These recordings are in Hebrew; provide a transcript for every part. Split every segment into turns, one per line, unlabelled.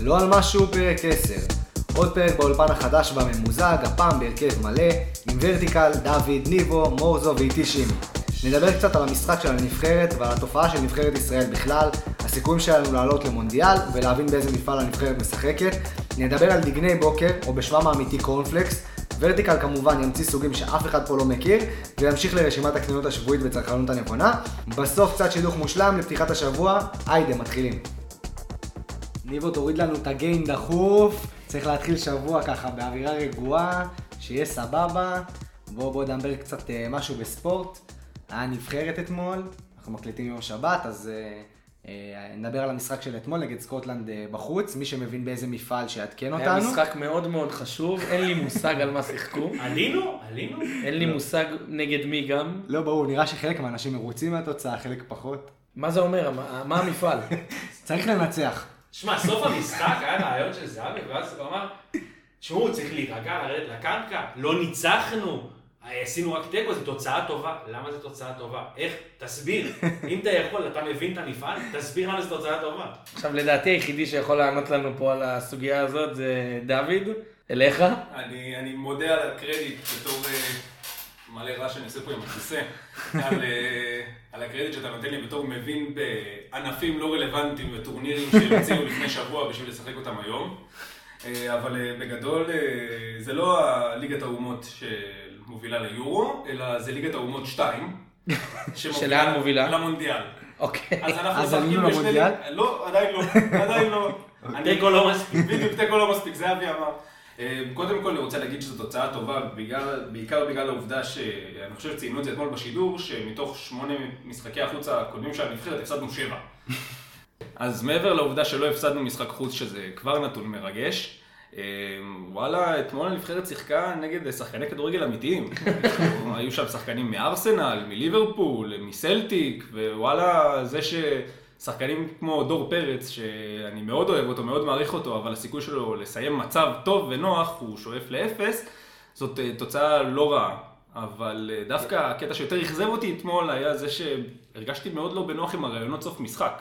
לא על משהו פרק 10. עוד פרק באולפן החדש והממוזג, הפעם בהרכב מלא, עם ורטיקל, דוד, ניבו, מורזו ואיתי שימי. נדבר קצת על המשחק של הנבחרת ועל התופעה של נבחרת ישראל בכלל, הסיכויים שלנו לעלות למונדיאל ולהבין באיזה מפעל הנבחרת משחקת. נדבר על דגני בוקר, או בשמם האמיתי קורנפלקס. ורטיקל כמובן ימציא סוגים שאף אחד פה לא מכיר, וימשיך לרשימת הקניות השבועית וצרכנות הנכונה. בסוף קצת שידוך מושלם לפתיחת השבוע, היידה מתחילים. ניבו תוריד לנו את הגיין דחוף, צריך להתחיל שבוע ככה באווירה רגועה, שיהיה סבבה. בואו בואו נדבר קצת אה, משהו בספורט. היה נבחרת אתמול, אנחנו מקליטים יום שבת, אז אה, אה, נדבר על המשחק של אתמול נגד סקוטלנד אה, בחוץ, מי שמבין באיזה מפעל שיעדכן אותנו.
היה משחק מאוד מאוד חשוב, אין לי מושג על מה שיחקו,
עלינו? עלינו?
אין
לא.
לי מושג נגד מי גם.
לא ברור, נראה שחלק מהאנשים מרוצים מהתוצאה, חלק פחות.
מה זה אומר? מה- מה המפעל?
צריך לנצח.
שמע, סוף המשחק היה רעיון של זהבי, ואז הוא אמר, תשמעו, צריך להירגע, לרדת לקרקע, לא ניצחנו, אה, עשינו רק תיקו, זו תוצאה טובה. למה זו תוצאה טובה? איך? תסביר. אם אתה יכול, אתה מבין את המפעל, תסביר למה זו תוצאה טובה.
עכשיו לדעתי היחידי שיכול לענות לנו פה על הסוגיה הזאת זה דוד, אליך.
אני, אני מודה על הקרדיט בתור אה, מלא רעש שאני עושה פה עם הכיסא, על, אה, על הקרדיט שאתה נותן לי בתור מבין בענפים לא רלוונטיים וטורנירים שהמציאו לפני שבוע בשביל לשחק אותם היום. אה, אבל אה, בגדול אה, זה לא ליגת האומות שמובילה ליורו, אלא זה ליגת האומות 2.
שלאן מובילה?
למונדיאל.
אוקיי.
אז אנחנו
אז עלינו
משחקים בשני...
למונדיאל?
לא, עדיין לא, עדיין לא.
אוקיי.
אני-
תיקו לא מספיק.
בדיוק תיקו לא מספיק, זהבי אמר. אה, קודם כל אני רוצה להגיד שזו תוצאה טובה, בגלל, בעיקר בגלל העובדה שאני חושב שציינו את זה אתמול בשידור, שמתוך שמונה משחקי החוץ הקודמים של הנבחרת הפסדנו שבע. אז מעבר לעובדה שלא הפסדנו משחק חוץ, שזה כבר נתון מרגש, אה, וואלה, אתמול הנבחרת שיחקה נגד שחקני כדורגל אמיתיים. היו שם שחקנים מארסנל, מליברפול, מסלטיק, ווואלה, זה ששחקנים כמו דור פרץ, שאני מאוד אוהב אותו, מאוד מעריך אותו, אבל הסיכוי שלו לסיים מצב טוב ונוח, הוא שואף לאפס, זאת אה, תוצאה לא רעה. אבל אה, דווקא הקטע שיותר אכזב אותי אתמול היה זה שהרגשתי מאוד לא בנוח עם הרעיונות סוף משחק.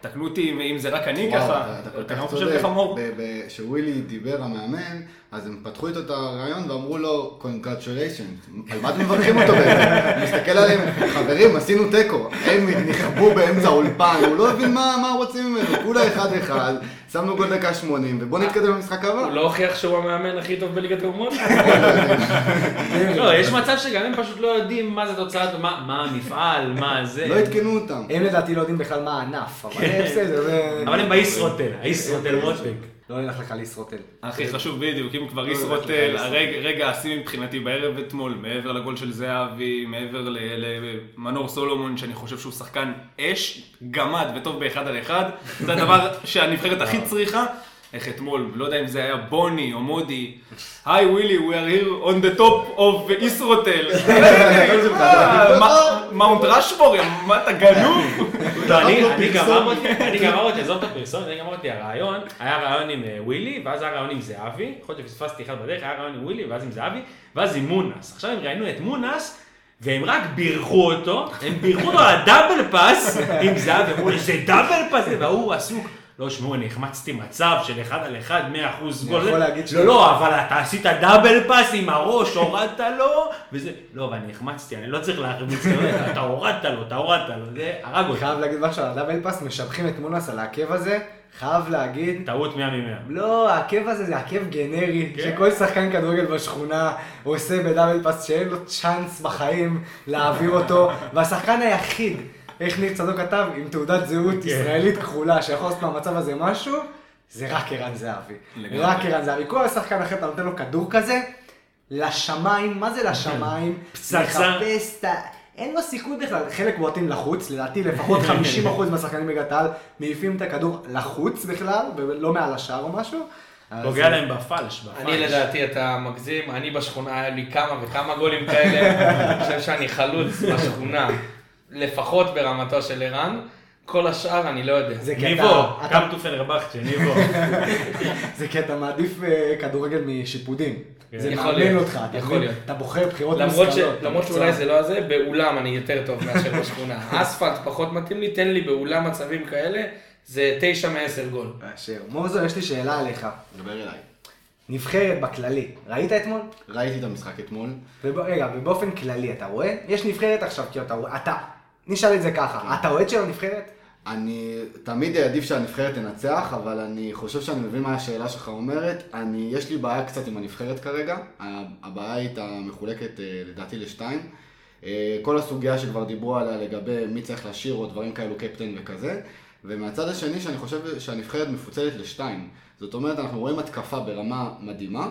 תקנו אותי אם- אם זה רק אני
וואו,
ככה,
אתה כל
אתה
כך
גם חושב
צודק.
ככה מור.
ב- ב- כשווילי דיבר למאמן, אז הם פתחו איתו את הרעיון ואמרו לו, קונגרצ'וליישן, על מה אתם מברכים אותו בעצם? הוא מסתכל עליהם, חברים, עשינו תיקו. הם נכבו באמצע האולפן, הוא לא הבין מה מה רוצים ממנו, כולה אחד אחד, שמנו גול דקה 80, ובוא נתקדם למשחק
הוא
הבא.
לא הוכיח שהוא המאמן הכי טוב בליגת האומות?
לא, יש מצב שגם הם פשוט לא יודעים מה זה תוצאה, מה מה המפעל, מה זה.
לא עדכנו אותם.
הם לדעתי לא יודעים בכלל מה הענף, אבל בסדר, זה...
אבל הם בישרוטל, הישרוטל מוטבק.
לא נלך לך לישרוטל.
הכי חשוב בדיוק, אם כבר
לא
ישרוטל,
יודע,
הרג- רגע השיא מבחינתי בערב אתמול, מעבר לגול של זהבי, מעבר ל- למנור סולומון, שאני חושב שהוא שחקן אש, גמד וטוב באחד על אחד, זה הדבר שהנבחרת הכי צריכה. איך אתמול, לא יודע אם זה היה בוני או מודי, היי ווילי, we are here on the top of אה, ישרוטל. מאונט רשמור, מה אתה גנוב?
לא, אני-
לא
אני גם
פרסומת.
אמרתי, אני גם אמרתי, עזוב את הפרסומת, אני גם אמרתי, הרעיון, היה רעיון עם אה, ווילי, ואז היה רעיון עם זהבי, יכול להיות שפספסתי אחד בדרך, היה רעיון עם ווילי, ואז עם זהבי, ואז עם מונס. עכשיו הם ראיינו את מונס, והם רק בירכו אותו, הם בירכו אותו על הדאבל פאס עם זהבי, אמרו לי, זה דאבל פאס, זה", וההוא עסוק. לא, שמעו, אני החמצתי מצב של אחד על אחד, 100% גול.
יכול להגיד
לא,
שהוא-
לא, אבל אתה עשית דאבל פאס עם הראש, הורדת לו, וזה... לא, אבל אני החמצתי, אני לא צריך להחמיץ, אתה יודע, אתה הורדת לו, אתה הורדת לו, זה הרג
אני
אותי.
חייב להגיד משהו על הדאבל פאס, משבחים את מונס על העקב הזה, חייב להגיד...
טעות 100 מ-100.
לא, העקב הזה זה עקב גנרי,
כן.
שכל שחקן כדורגל בשכונה עושה בדאבל פאס שאין לו צ'אנס בחיים להעביר אותו, והשחקן היחיד, איך ניר צדוק כתב, עם תעודת זהות
כן.
ישראלית כחולה, שיכול לעשות מהמצב הזה משהו, זה רק ערן זהבי.
לגמרי.
רק ערן זהבי. כל שחקן אחר, אתה נותן לו כדור כזה, לשמיים, מה זה לשמיים?
כן. פצצה.
לחפש את ה... אין לו סיכוי בכלל, חלק בועטים לחוץ, לדעתי לפחות 50% מהשחקנים בליגת העל מעיפים את הכדור לחוץ בכלל, ולא מעל השער או משהו. אז- אה,
פוגע להם בפלש, בפלש.
אני לדעתי אתה מגזים, אני בשכונה היה לי כמה וכמה גולים כאלה, אני חושב שאני חלוץ בשכונה, לפחות ברמתו של ערן, כל השאר אני לא יודע.
זה קטע,
ניבו, כן.
אתה-
קם טופל רבחצ'ה, ניבו.
זה כי אתה מעדיף אה, כדורגל משיפודים.
כן.
זה
יכול
מאמן
להיות,
אותך, אתה
יכול
מבין?
להיות.
אתה בוחר בחירות
למרות, ש...
מושכלות.
למרות שאולי זה לא הזה, באולם אני יותר טוב מאשר בשכונה. האספלט פחות מתאים לי, תן לי באולם מצבים כאלה, זה 9 מ-10 גול.
אשר. מורזון, יש לי שאלה עליך.
דבר אליי.
נבחרת בכללי, ראית אתמול?
ראיתי את המשחק אתמול.
וב- רגע, ובאופן כללי, אתה רואה? יש נבחרת עכשיו, כי אתה רואה, אתה, נשאל את זה
כן.
ככה, אתה אוהד של הנבחרת?
אני תמיד אעדיף שהנבחרת תנצח, אבל אני חושב שאני מבין מה השאלה שלך אומרת. אני, יש לי בעיה קצת עם הנבחרת כרגע. ה- הבעיה הייתה מחולקת אה, לדעתי לשתיים. אה, כל הסוגיה שכבר דיברו עליה לגבי מי צריך לשיר או דברים כאלו, קפטן וכזה. ומהצד השני, שאני חושב שהנבחרת מפוצלת לשתיים. זאת אומרת, אנחנו רואים התקפה ברמה מדהימה,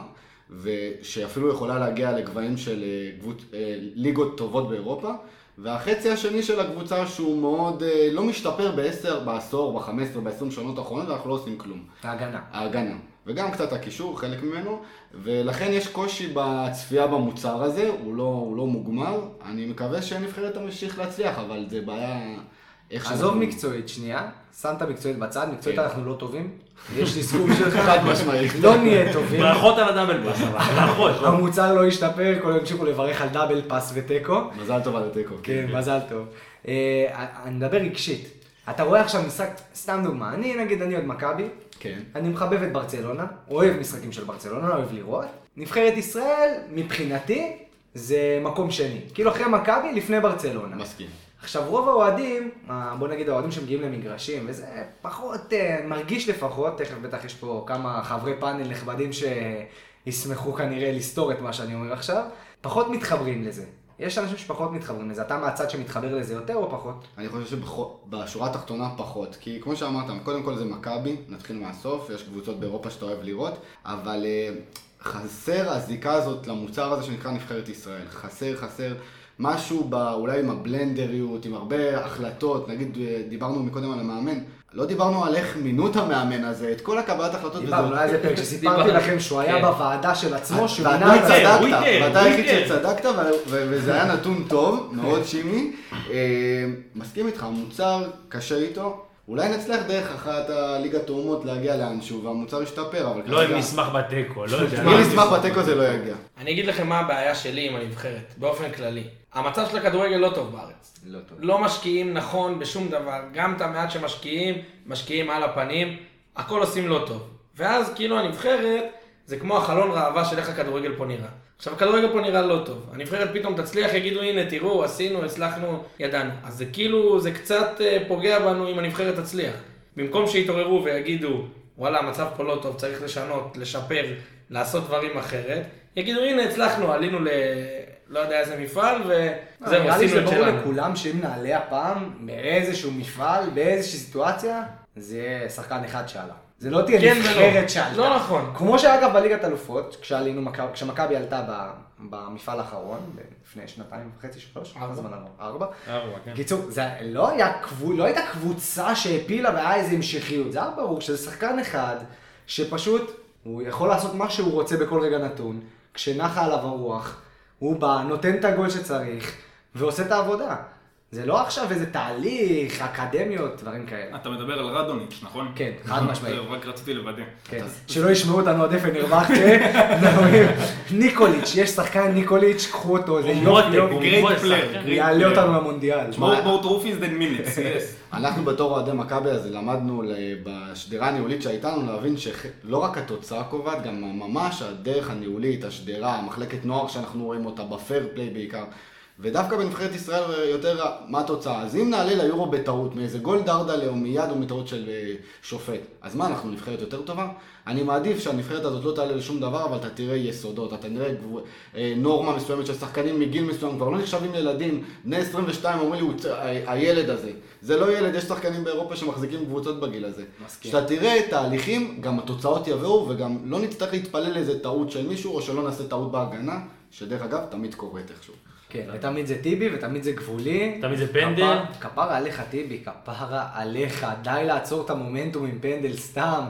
ושאפילו יכולה להגיע לגבהים של אה, קבוצ... אה, ליגות טובות באירופה, והחצי השני של הקבוצה שהוא מאוד אה, לא משתפר בעשר, בעשור, בחמש עשרה, בעשרים שנות האחרונות, ואנחנו לא עושים כלום.
ההגנה.
ההגנה. וגם קצת הקישור, חלק ממנו, ולכן יש קושי בצפייה במוצר הזה, הוא לא, הוא לא מוגמר. אני מקווה שהנבחרת תמשיך להצליח, אבל זה בעיה... איך
עזוב
שאנחנו-
מקצועית, שנייה, שם את המקצועית בצד, מקצועית
כן.
אנחנו לא טובים, יש לי סכום שלך, חד
משמעית.
לא נהיה טובים,
ברכות על הדאבל פאס, אבל ברכות. לא?
המוצר לא ישתפר, כולם ימשיכו לברך על דאבל פאס ותיקו,
מזל טוב על התיקו.
כן, מזל טוב. אה, אני מדבר רגשית, אתה רואה עכשיו משחק, סתם דוגמה, אני נגיד, אני עוד מכבי,
כן.
אני מחבב את ברצלונה, אוהב משחקים של ברצלונה, אוהב לראות. נבחרת ישראל, מבחינתי, זה מקום שני. כאילו אחרי מכבי, לפני ברצלונה.
מסכים.
עכשיו, רוב האוהדים, אה, בוא נגיד האוהדים שמגיעים למגרשים, וזה פחות, אה, מרגיש לפחות, תכף בטח יש פה כמה חברי פאנל נכבדים שישמחו כנראה לסתור את מה שאני אומר עכשיו, פחות מתחברים לזה. יש אנשים שפחות מתחברים לזה. אתה מהצד שמתחבר לזה יותר או פחות?
אני חושב שבשורה התחתונה פחות, כי כמו שאמרת, קודם כל זה מכבי, נתחיל מהסוף, יש קבוצות באירופה שאתה אוהב לראות, אבל אה, חסר הזיקה הזאת למוצר הזה שנקרא נבחרת ישראל, חסר, חסר. משהו בא, אולי עם הבלנדריות, עם הרבה החלטות, נגיד אה, דיברנו מקודם על המאמן, לא דיברנו על איך מינו את המאמן הזה, את כל הקבלת החלטות.
דיברנו,
וזה-
היה איזה פרק שסיפרתי
דיברנו.
לכם שהוא היה
כן.
בוועדה של עצמו, שהוא
ואתה
נע על
צדק.
צדקת,
וויטר,
ואתה היחיד
וויטר.
שצדקת, ו- ו- וזה היה נתון טוב, מאוד שימי. אה, מסכים איתך, המוצר קשה איתו. אולי נצליח דרך אחת הליגת תאומות להגיע לאנשהו, והמוצר ישתפר, אבל
לא עם מסמך בתיקו, לא יודע.
אם נשמח בתיקו זה לא יגיע.
אני אגיד לכם מה הבעיה שלי עם הנבחרת, באופן כללי. המצב של הכדורגל לא טוב בארץ.
לא טוב.
לא משקיעים נכון בשום דבר, גם את המעט שמשקיעים, משקיעים על הפנים, הכל עושים לא טוב. ואז כאילו הנבחרת, זה כמו החלון ראווה של איך הכדורגל פה נראה. עכשיו הכדורגל פה נראה לא טוב, הנבחרת פתאום תצליח, יגידו הנה תראו, עשינו, הצלחנו, ידענו. אז זה כאילו, זה קצת אה, פוגע בנו אם הנבחרת תצליח. במקום שיתעוררו ויגידו, וואלה המצב פה לא טוב, צריך לשנות, לשפר, לעשות דברים אחרת, יגידו הנה הצלחנו, עלינו ל... לא יודע איזה מפעל, וזהו,
אה, נראה לי
עשינו
זה
את
ברור
שלנו.
לכולם שאם נעלה הפעם מאיזשהו מפעל, באיזושהי סיטואציה, זה שחקן אחד שעלה. זה לא תהיה
כן ולא.
נבחרת שעלתה.
לא נכון.
כמו שאגב בליגת אלופות, כשעלינו, מכב- כשמכבי עלתה ב- במפעל האחרון, לפני שנתיים וחצי, שלוש,
ארבע.
כמה זמן עבר? ארבע.
ארבע, כן.
קיצור, זה לא, היה, קבו- לא הייתה קבוצה שהעפילה והיה איזה המשכיות, זה היה ברור שזה שחקן אחד שפשוט, הוא יכול לעשות מה שהוא רוצה בכל רגע נתון, כשנחה עליו הרוח, הוא בא, נותן את הגול שצריך, ועושה את העבודה. זה לא עכשיו איזה תהליך, אקדמיות, דברים כאלה.
אתה מדבר על רדוניץ', נכון?
כן, חד משמעית.
זהו, רק רציתי לוודא.
כן, שלא ישמעו אותנו עד איפה נרווחתי, ניקוליץ', יש שחקן ניקוליץ', קחו אותו, זה
הוא
יופי
מותק, הוא
יופי,
great
מותק,
player,
שחקן.
הוא יעלה אותנו למונדיאל.
more more trophies than minutes, yes.
אנחנו בתור אוהדי מכבי אז למדנו ל- בשדרה הניהולית שהייתה לנו להבין שלא רק התוצאה קובעת, גם ממש הדרך הניהולית, השדרה, המחלקת נוער שאנחנו רואים אותה בפייר פליי בעיקר. ודווקא בנבחרת ישראל אה, יותר מה התוצאה. אז אם נעלה ליורו בטעות, מאיזה גול דרדלה או מיד או מטעות של אה, שופט, אז מה, אנחנו נבחרת יותר טובה? אני מעדיף שהנבחרת הזאת לא תעלה לשום דבר, אבל אתה תראה יסודות, אתה תראה גבו- אה, נורמה מסוימת של שחקנים מגיל מסוים, כבר לא נחשבים לילדים, בני 22 אומרים לי, "הוא צ- ה- הילד הזה. זה לא ילד, יש שחקנים באירופה שמחזיקים קבוצות בגיל הזה.
מסכים.
כשאתה תראה תהליכים, גם התוצאות יבואו, וגם לא נצטרך להתפלל לאיזה טעות של מישהו, או שלא נעשה טעות בהגנה, שדרך אגב, תמיד קורית איכשהו.
כן, ותמיד זה טיבי, ותמיד זה גבולי.
תמיד זה פנדל.
כפר- כפרה עליך טיבי, כפרה עליך. די לעצור את המומנטום עם פנדל סתם.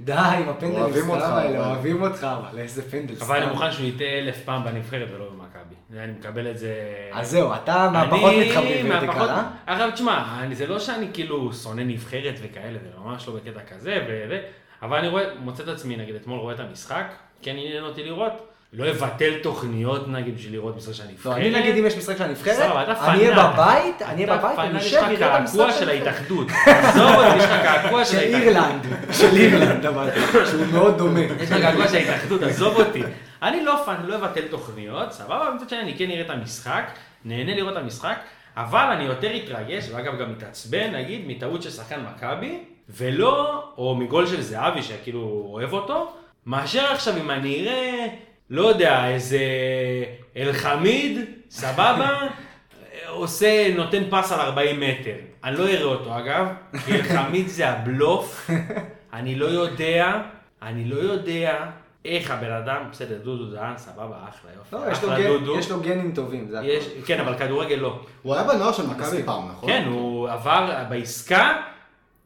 די עם הפנדלים
אוהבים
סתם
אותך,
האלה,
אבל.
אוהבים אותך, אבל איזה פנדל סתם.
אבל אני מוכן שהוא יטעה אלף פעם בנבחרת ולא במכבי. אני מקבל את זה...
אז זהו, אתה מהפחות
אני
מתחברים
מהפחות-
ורטיקל, אה?
עכשיו תשמע, אני- זה לא שאני כאילו שונא נבחרת וכאלה, זה ממש לא בקטע כזה, וזה, אבל אני רואה, מוצא את עצמי, נגיד אתמול רואה את המשחק, כן עניין אותי לראות, לא אבטל תוכניות נגיד בשביל לראות משחק של הנבחרת.
לא, אני נגיד אם יש משחק של הנבחרת,
כן. סבבה, אתה
אוקיי? אני אהיה
פנאט.
בבית, אני אהיה
אתה
בבית,
פנאט,
אני
יש
אשב
לך
ואראה את המשחק
קעקוע של
הנבחרת.
ההתאחדות. עזוב אותי, יש לך קעקוע של
של
ההתאחדות.
אירלנד, של אירלנד אבל, שהוא מאוד דומה.
יש לך געגוע של ההתאחדות, עזוב אותי. אני לא פאן, לא אבטל תוכניות, סבבה, מצד שני אני כן אראה את המשחק, נהנה לראות את המשחק, אבל אני יותר אתרגש, ואגב גם מתעצבן, נגיד, מטעות של שחקן מכבי, ולא, או מגול של זהבי, שכאילו אוהב אותו, מאשר עכשיו אם אני אראה, לא יודע, איזה אלחמיד, סבבה, עושה, נותן פס על 40 מטר. אני לא אראה אותו אגב, כי אלחמיד זה הבלוף. אני לא יודע, אני לא יודע איך הבן אדם, בסדר, דודו דהן, סבבה, אחלה, יופי.
לא, יש לו
אחלה
גן-
דודו.
יש לו גנים טובים, זה
יש-
הכול.
כן, אבל כדורגל לא.
הוא היה בנוער של מכבי פעם, נכון?
כן, הוא עבר בעסקה,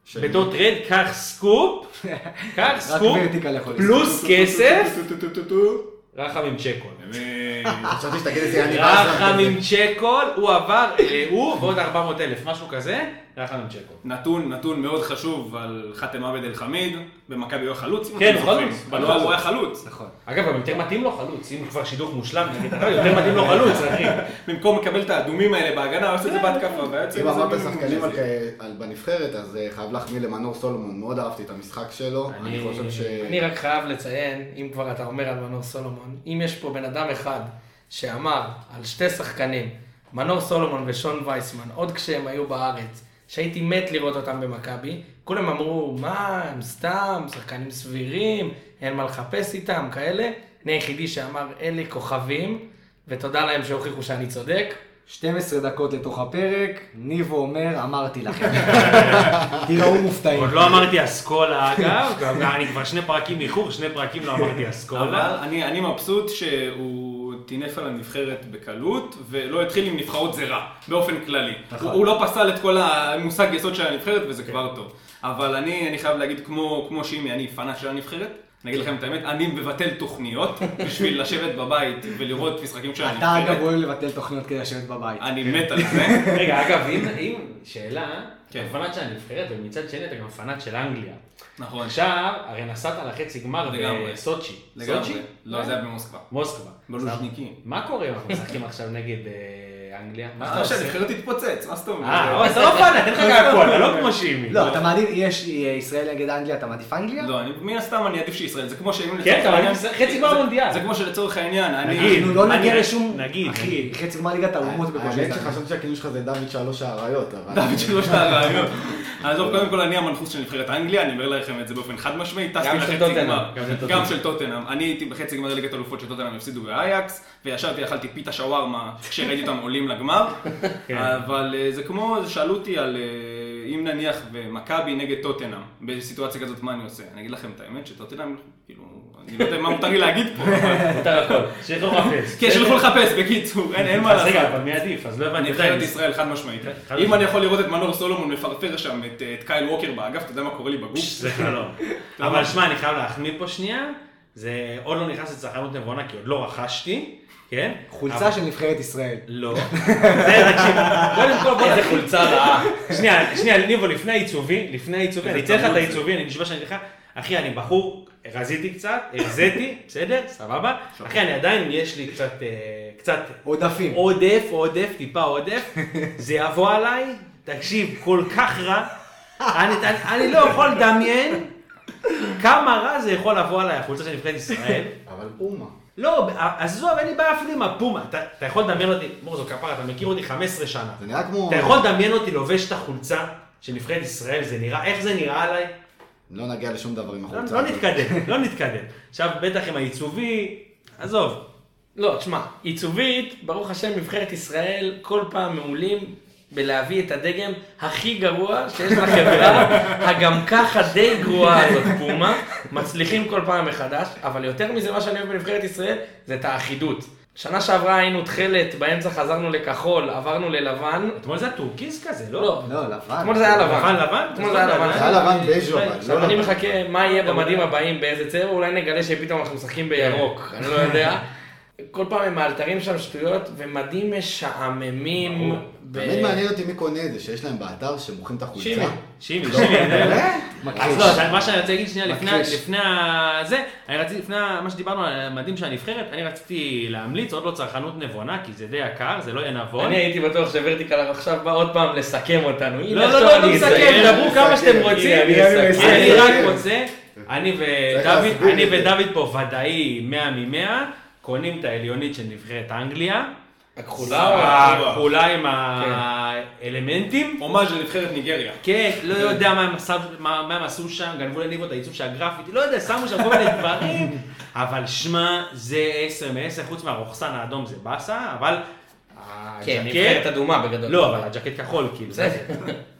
של-
בתור טרנד, קח סקופ, קח סקופ,
ורטיקל יכול לסקופ.
פלוס כסף,
טו-טו-טו-טו-טו-טו.
רחם עם צ'קול.
חשבתי שתגיד את זה,
אה,
אני בא
רחם עם צ'קול, הוא עבר, אה, הוא ועוד 400 אלף, משהו כזה, רחם עם צ'קול.
נתון, נתון מאוד חשוב על חתם עבד אל חמיד, במכבי הוא היה חלוץ, אם
כן,
אתם
הוא
זוכרים.
חלוץ.
בנוער הוא היה חלוץ.
נכון.
אגב, גם יותר מתאים לו חלוץ, אם כבר שידוך מושלם, נגיד, אתה יודע, יותר מתאים לו חלוץ, אחי.
במקום לקבל את האדומים האלה בהגנה, הוא עושה את זה בהתקפה, והיה יוצא
אם
מזה
אמרת
מין-
שחקנים על כ- על בנבחרת, אז אה, חייב להחמיא למנור סולומון, מאוד אהבתי את המשחק שלו, אני
אני-
חושב ש...
אני רק חייב לציין, אם כבר אתה אומר על מנור סולומון, אם יש פה בן אדם אחד שאמר על שתי שחקנים, מנור סולומון ושון וייסמן, עוד כשהם היו בארץ, שהייתי מת לראות אותם במכבי, כולם אמרו, מה, הם סתם, שחקנים סבירים, אין מה לחפש איתם, כאלה. אני היחידי שאמר, אלה כוכבים, ותודה להם שהוכיחו שאני צודק.
12 דקות לתוך הפרק, ניבו אומר, אמרתי לכם. כאילו, תראו מופתעים.
עוד לא אמרתי אסכולה, אגב, גם אני כבר שני פרקים איחור, שני פרקים לא אמרתי
אבל
אסכולה.
אני אני מבסוט שהוא טינף על הנבחרת בקלות, ולא התחיל עם נבחרות זה רע, באופן כללי.
נכון.
הוא הוא לא פסל את כל המושג יסוד של הנבחרת, וזה כבר
כן.
טוב. אבל אני אני חייב להגיד, כמו כמו שימי, אני פנאט של הנבחרת. אני אגיד לכם את האמת, אני מבטל תוכניות בשביל לשבת בבית ולראות משחקים של
אתה אגב
הנבחרת.
אוהב לבטל תוכניות כדי לשבת בבית.
אני מת על זה.
רגע, אגב, אם- אם, שאלה,
כן.
אתה פנאט של הנבחרת, ומצד שני אתה גם פנאט של אנגליה.
נכון.
עכשיו, הרי נסעת לחצי גמר
לגמרי.
בסוצ'י.
לגמרי.
סוצ'י?
לא, זה היה במוסקבה.
מוסקבה.
בלוז'ניקי.
מה קורה אם אנחנו משחקים עכשיו נגד אה, אנגליה? מה אתה
עכשיו
עושה?
שהנבחרת תתפוצץ, מה זאת אומרת?
אה, אבל אתה לא פנאט, אין לך קעקוע, לא כמו שימי.
לא, אתה מעדיף, יש אה, ישראל נגד אנגליה, אתה מעדיף אנגליה?
לא, אני- מן הסתם אני עדיף שישראל, זה כמו שאם...
כן, אתה מעדיף
לצורך
חצי
העניין-
גמר
זה-
מונדיאל.
זה כמו שלצורך העניין, אני...
נגיד.
אנחנו לא
אני-
נגיע לשום...
נגיד,
אחי,
נגיד.
חצי גמר ליגת
אה,
האומות בקושי.
האמת שחשבתי שהכינוי שלך זה דוד שלוש האריות, אבל...
דוד שלושת הרעיון. עזוב, קודם כל אני המנחוס של נבחרת אנגליה, אני אומר לכם את זה באופן חד משמעי, טסתי
של
לחצי
טוטנהאם,
גמר.
גם של טוטנהאם.
גם של טוטנאם. אני הייתי בחצי גמר ליגת אלופות של טוטנאם הפסידו באייקס, וישבתי, אכלתי פיתה שווארמה כשראיתי אותם עולים לגמר.
כן.
אבל אה, זה כמו, שאלו אותי על אה, אם נניח במכבי נגד טוטנאם, בסיטואציה כזאת מה אני עושה? אני אגיד לכם את האמת שטוטנאם, כאילו, אני לא יודע מה מותר לי להגיד פה. אבל-
מותר הכל, שילכו לחפש.
כן, שילכו לחפש, בקיצור, אין- אין מה
אז
לעשות.
רגע, אבל מי עדיף? אז לא הבנתי.
נבחרת ישראל חד משמעית.
חד
אם
משמעית.
אני יכול לראות את מנור סולומון מפרפר שם את אה, את קייל ווקר באגף, אתה יודע מה קורה לי בגוף?
זה חלום. אבל שמע, אני חייב להחמיא פה שנייה. זה עוד לא נכנס לצרכנות נבונה, כי עוד לא רכשתי, כן? אבל-
חולצה של נבחרת ישראל.
לא. זה, תקשיב, קודם כל לא, בוא נתחיל. חולצה רעה. כן, שנייה, שנייה, ניבו, לפני העיצובי, לפני העיצובי, אני אתן לך את העיצובי, אני נשבע שאני אתן לך. אחי, אני בחור, רזיתי קצת, הרזיתי, בסדר? סבבה. אחי, אני עדיין, יש לי קצת, אה, קצת
עודפים.
עודף, עודף, טיפה עודף, זה יבוא עליי, תקשיב, כל כך רע, אני, אני, אני לא יכול לדמיין כמה רע זה יכול לבוא עליי, החולצה של נבחרת ישראל.
אבל אומה.
לא, עזוב, אין לי בעיה אפילו עם הפומה, אתה, אתה יכול לדמיין אותי, מורזו כפרה, אתה מכיר אותי 15 שנה,
זה נראה כמו...
אתה יכול לדמיין אותי לובש את החולצה של נבחרת ישראל, זה נראה, איך זה נראה עליי?
לא נגיע לשום דבר עם
לא,
החולצה.
לא
הזאת.
נתקדם, לא נתקדם. עכשיו, בטח עם העיצובי, עזוב.
לא, תשמע, עיצובית, ברוך השם, נבחרת ישראל כל פעם מעולים בלהביא את הדגם הכי גרוע שיש לחברה, הגם ככה די גרועה הזאת, פומה, מצליחים כל פעם מחדש, אבל יותר מזה, מה שאני אוהב בנבחרת ישראל, זה את האחידות. שנה שעברה היינו תכלת, באמצע חזרנו לכחול, עברנו ללבן.
אתמול זה הטורקיז כזה, לא?
לא,
לא, לבן.
אתמול זה היה לבן.
לבן, לבן?
אתמול זה היה לבן.
זה היה לבן בז'ו, אבל
עכשיו
לא
אני
לבן.
כן.
מחכה מה יהיה במדים הבאים, באיזה צבע, אולי נגלה שפתאום אנחנו משחקים בירוק, אני לא יודע. כל פעם הם מאלתרים שם שטויות, ומדים משעממים.
ברור.
ב-
תמיד מעניין אותי מי קונה את זה, שיש להם באתר שמוכרים את
שימי,
החולצה.
שימי,
לא,
שימי.
אה?
אז לא, אז מה שאני רוצה להגיד שנייה לפני,
מכחיש.
לפני ה- זה, אני רציתי, לפני ה- מה שדיברנו על המדים של הנבחרת, אני רציתי להמליץ, עוד לא צרכנות נבונה, כי זה די יקר, זה לא יהיה נבון.
אני הייתי בטוח שוורטיקל עכשיו בא עוד פעם לסכם אותנו. הנה,
לא, לא,
עכשיו
לא, לא
אני
מסכם,
אסיים.
דברו כמה
מסכם.
שאתם רוצים.
הנה, אני גם מסכם.
אני רק
מסכם.
רוצה, אני
צריך
ודוד,
להסביר
אני
את זה.
ודוד פה ודאי 100 מ-100, קונים את העליונית של נבחרת אנגליה.
הכחולה כן. או ה...
הכחולה עם האלמנטים.
הומאז' לנבחרת ניגריה.
כן, לא יודע מה הם עשו- מה מה הם עשו שם, גנבו לניבו את העיצוב של הגרפיטי, לא יודע, שמו שם כל מיני דברים, אבל שמע, זה 10 מ-10, חוץ מהרוכסן האדום זה באסה, אבל...
כן,
הג'קט-
נבחרת אדומה בגדול.
אה, לא, אבל הג'קט כחול, כאילו.
בסדר.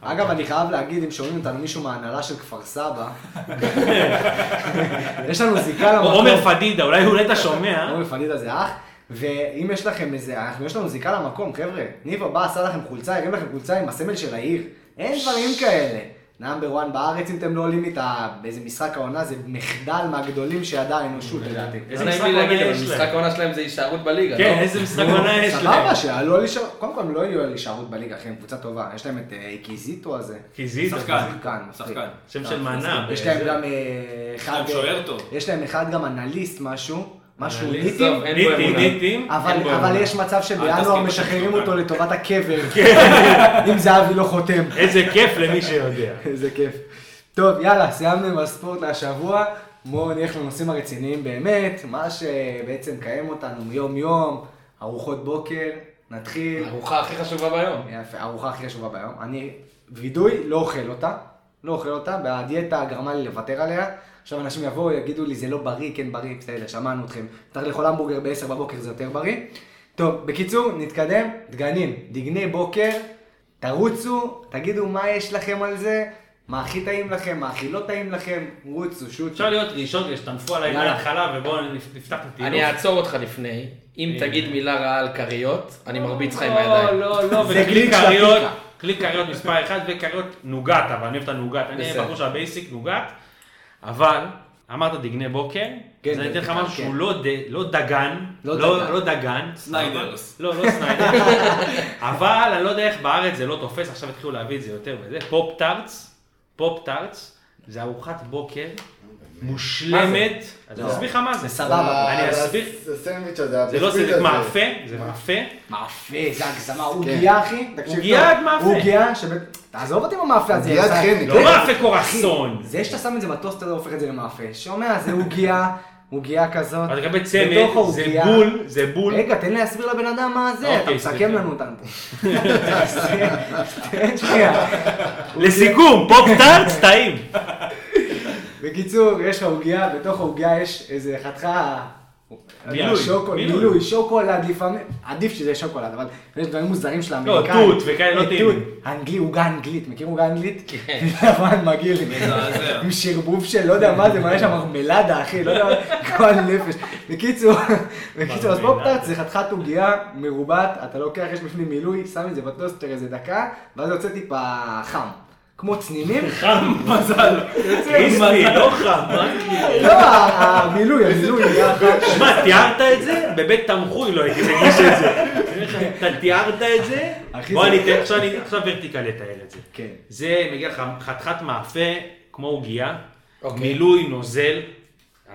אגב, אני חייב להגיד, אם שומעים אותנו מישהו מההנהלה של כפר סבא, יש לנו זיקה
או
למקום.
עומר פדידה, אולי אולי אתה שומע.
עומר פנידה זה אח. ואם יש לכם איזה, אנחנו יש לנו זיקה למקום, חבר'ה. ניבו בא, עשה לכם חולצה, הרים לכם חולצה עם הסמל של העיר. אין דברים כאלה. נאמבר 1 בארץ, אם אתם לא עולים איתה באיזה משחק העונה, זה מחדל מהגדולים שידעה האנושות, לדעתי.
איזה
לא נעים
משחק
לי להגיד,
עונה
אבל
יש
משחק
להם?
העונה שלהם זה הישארות בליגה, לא?
כן, איזה משחק עונה יש
סבבה,
להם.
שעלו על הישארות, קודם כל הם לא יהיו על הישארות בליגה, אחי, הם קבוצה טובה. יש להם את אה, קיזיטו הזה.
קיזיטו. כן.
שחקן.
מצחיק.
שחקן.
שם של מנה.
יש
באיזה-
להם גם אה, אחד...
להם שוער טוב.
יש להם אחד גם אנליסט משהו. משהו
אנליסט,
ניטים.
טוב, אין בו
ניטים,
אמונה.
ניטים.
אין
אבל,
בו
אבל
אמונה.
יש מצב
אל תסכים
שבינואר
לזה,
משחררים
שוב,
אותו
אה.
לטובת הקבר, אם זהבי לא חותם.
איזה כיף למי שיודע.
איזה כיף. טוב, יאללה, סיימנו עם הספורט להשבוע. בואו נלך לנושאים הרציניים באמת, מה שבעצם מקיים אותנו מיום-יום, ארוחות בוקר, נתחיל.
לא? הארוחה הכי חשובה ביום.
יפה, ארוחה הכי חשובה ביום. אני, וידוי, לא אוכל אותה. לא אוכל אותה, והדיאטה גרמה לי לוותר עליה. עכשיו אנשים יבואו, יגידו לי, זה לא בריא, כן בריא, בסדר, שמענו אתכם. צריך לאכול המבורגר ב-10 בבוקר, זה יותר בריא. טוב, בקיצור, נתקדם. דגנים, דגני בוקר, תרוצו, תגידו מה יש לכם על זה, מה הכי טעים לכם, מה הכי לא טעים לכם, רוצו, שוטו.
אפשר להיות ראשון, כדי שתנפו עליי
יאללה.
מההתחלה, ובואו נפ- נפתח את הטיול.
אני אעצור אותך לפני. אם
אה.
תגיד מילה רעה על כריות, אני מרביץ לך עם הידיים.
לא, לא, לא,
זה
וכלי
גליק של
כריות,
הפיקה.
כלי כריות מספר 1 וכריות נוגת, אבל אני אוהב את הנוגת, אני
בסדר.
בחור של הבייסיק נוגת, אבל אמרת דגני בוקר,
כן,
אז אני אתן לך
כן,
משהו
כן.
שהוא לא ד- לא דגן,
לא
לא
דגן.
לא דגן,
סניידרס.
לא, לא סניידר, אבל אני לא יודע איך בארץ זה לא תופס, עכשיו התחילו להביא את זה יותר וזה, פופ טארטס, פופ טארטס, זה ארוחת בוקר מושלמת, אז אני
לא.
אסביר לך מה
זה
זה,
סבבה.
אני
זה-
אסביר.
זה הסנדוויץ' הזה,
זה לא
הביסקוויט
סרט
הזה.
מאפה, זה מאפה.
מאפה, זה הגזמה, עוגיה אחי, תקשיב טוב.
עוגיית כן. מאפה.
עוגיה שבט... תעזוב אותי עם המאפה הזה.
עוגיית
זה-
חנק.
לא
כן.
מאפה קורסון.
זה שאתה שם את זה בטוסט, אתה לא הופך את זה למאפה. שומע, זה עוגיה, עוגיה כזאת.
אתה מקבל
בתוך
צמד, זה
העוגיה.
בול, זה בול.
רגע, תן לי להסביר לבן אדם מה זה, אתה
אוקיי,
מסכם
סליחה.
לנו אותנו פה. תן שנייה.
לסיכום, פופ טארץ טעים.
בקיצור, יש לך עוגיה, בתוך העוגיה יש איזה חתיכה... אה,
מילוי,
שוקו-
מילוי.
מילוי, שוקולד לפעמים, עדיף שזה שוקולד, אבל יש דברים מוזרים של האמריקאים.
לא,
אה,
תות וכאלה, לא
תות.
טעימים.
אנגלי, עוגה אנגלית, מכיר עוגה אנגלית? כן. לבן מגעיל.
מזעזע.
עם שרבוב של לא יודע מה זה, מה יש שם מרמלדה, אחי, לא יודע מה, גועל נפש. בקיצור, בקיצור, אז פופטארט זה חתיכת עוגיה מרובעת, אתה לוקח, יש בפנים מילוי, שם את זה בטוסטר איזה דקה, ואז יוצא טיפה חם. כמו צנינים.
חם, מזל.
ריסמי,
ריסמי, לא חם.
לא, המילוי, המילוי, נהיה חם.
שמע, תיארת את זה? בבית תמחוי לא הייתי מגיש את זה. אתה תיארת את זה?
אחי,
בוא,
זה-
אני אתן, עכשיו אני- עכשיו ורטיקל לתאר את זה.
כן.
זה מגיע לך חתיכת מאפה, כמו עוגייה.
אוקיי.
מילוי נוזל.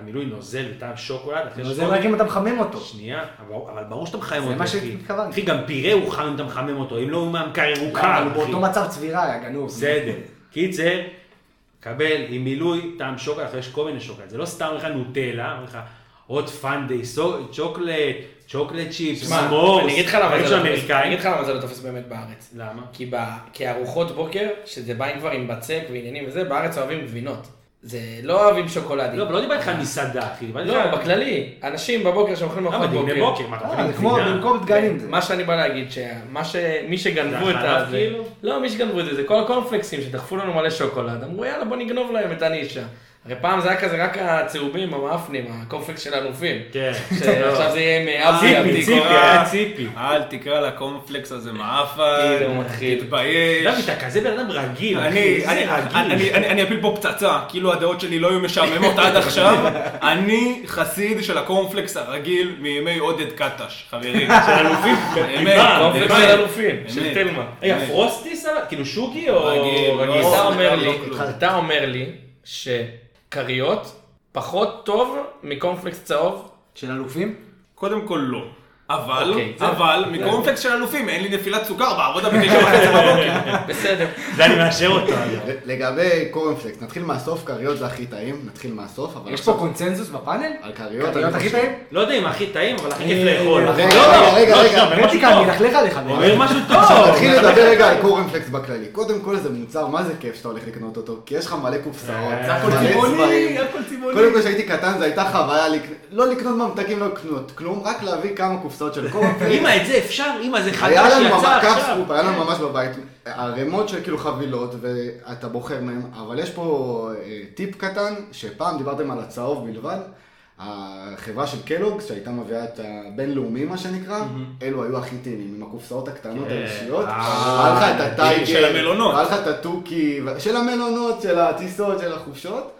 המילוי נוזל וטעם שוקולד. אחרי
זה
שוקולד-
רק אם אתה מחמם אותו.
שנייה, אבל, אבל ברור שאתה מחמם
זה
אותו,
מה
אחי.
שהתכוונתי.
אחי, גם פירה הוא חם אם אתה מחמם אותו, אם לא הוא מהמקרר הוא קר,
אבל הוא
אחי.
באותו מצב צבירה היה גנוב.
בסדר. קיצר, קבל עם מילוי טעם שוקולד, אחרי יש כל מיני שוקולד. זה לא סתם אומר לך נוטלה, אומר לך עוד פאנדי, צ'וקלט, צ'וקלט צ'יפס,
שמע,
מורס.
אני אגיד לך למה
דברים
זה
של
לא תופס- אני
אמריקאים.
אגיד לך למה זה לא תופס באמת בארץ.
למה?
כי ב- כי ארוחות בוקר, שזה בא עם כבר עם בצק ועניינים וזה, בארץ אוהבים גבינות. זה לא אוהבים שוקולדים.
לא, אבל לא דיברתי איתך על מסעדה, אחי. דיברתי איתך
לא,
על-
בכללי, אנשים בבוקר שאוכלים
למה,
ארוחות
דגני
בוקר.
בוקר, מה אתה
אה,
אוכל
זה כמו
גבינה?
במקום דגנים זה.
כן. מה שאני בא להגיד, שמה ש... מי שגנבו
זה
את
החלב,
ה...
כאילו?
לא, מי שגנבו את זה, זה כל הקורנפלקסים שדחפו לנו מלא שוקולד, אמרו יאללה בוא נגנוב להם את הנישה. הרי פעם זה היה כזה רק הצהובים, המאפנים, הקורפלקס של הנופים.
כן. אה,
שעכשיו זה יהיה עם אבי
ציפי,
אבי.
ציפי, היה ציפי.
אל תקרא לקומפלקס הזה מעפן,
כאילו, הוא מתחיל.
דוד,
תתבייש.
אתה כזה בן אדם רגיל.
אני-
אחי,
אני-
זה רגיל.
אני- אני אני אפיל פה פצצה, כאילו הדעות שלי לא היו משעממות עד עכשיו. אני חסיד של הקורנפלקס הרגיל מימי עודד קטש, חברים.
של אלופים.
באמת,
ליבם,
קורפלקס
באמת.
של אלופים, של
באמת.
תלמה.
רגע,
באמת.
פרוסטי סבבה? כאילו שוגי או
רגיל, לא,
רגיל?
אתה אומר
לא
לי,
כלום.
אתה אומר לי שכריות פחות טוב מקורנפלקס צהוב?
של אלופים?
קודם כל לא. אבל,
אוקיי, זה-
אבל, מקורנפלקס של אלופים אין לי נפילת סוכר בעבודה בתשע וחצי בבוקר.
בסדר.
זה אני מאשר אותו. אגב.
לגבי קורנפלקס, נתחיל מהסוף, כריות זה הכי טעים, נתחיל מהסוף, אבל
יש
עכשיו
פה קונצנזוס בפאנל?
על כריות,
קריות
אני
הכי
חושב-
טעים?
לא יודע אם הכי טעים, אבל הכי כיף
אה,
לאכול.
רגע,
לא, לא,
רגע,
לא,
רגע,
שנייה, אומר משהו
ורטיקל,
טוב.
אני אלכלך עליך.
הוא אומר משהו
עכשיו
טוב.
נתחיל
אבל-
לדבר רגע על קורנפלקס בכללי. קודם כל זה מוצר, מה זה כיף שאתה הולך לקנות אותו? כי יש לך מלא קופסאות,
אה,
מלא צבעים.
הכל צבעוני.
קודם כל כשהייתי קטן זו הייתה חוויה לק... לא לקנות ממתקים, לא לקנות כלום, רק להביא כמה קופסאות של קורנפלקס.
אמא, את זה אפשר? אמא, זה חדש
היה לנו ממש
שיצא עכשיו.
קפסקופ, היה לנו ממש בבית, ערימות של כאילו חבילות ואתה בוחר מהם, אבל יש פה אה, טיפ קטן, שפעם דיברתם על הצהוב בלבד, החברה של קלוגס שהייתה מביאה את הבינלאומי מה שנקרא, אלו היו הכי טעימים, עם הקופסאות הקטנות
כן.
האישיות,
אה,
היה לך את הטייגר,
של המלונות.
היה לך את התוכי, ו- של המלונות, של הטיסות, של החופשות,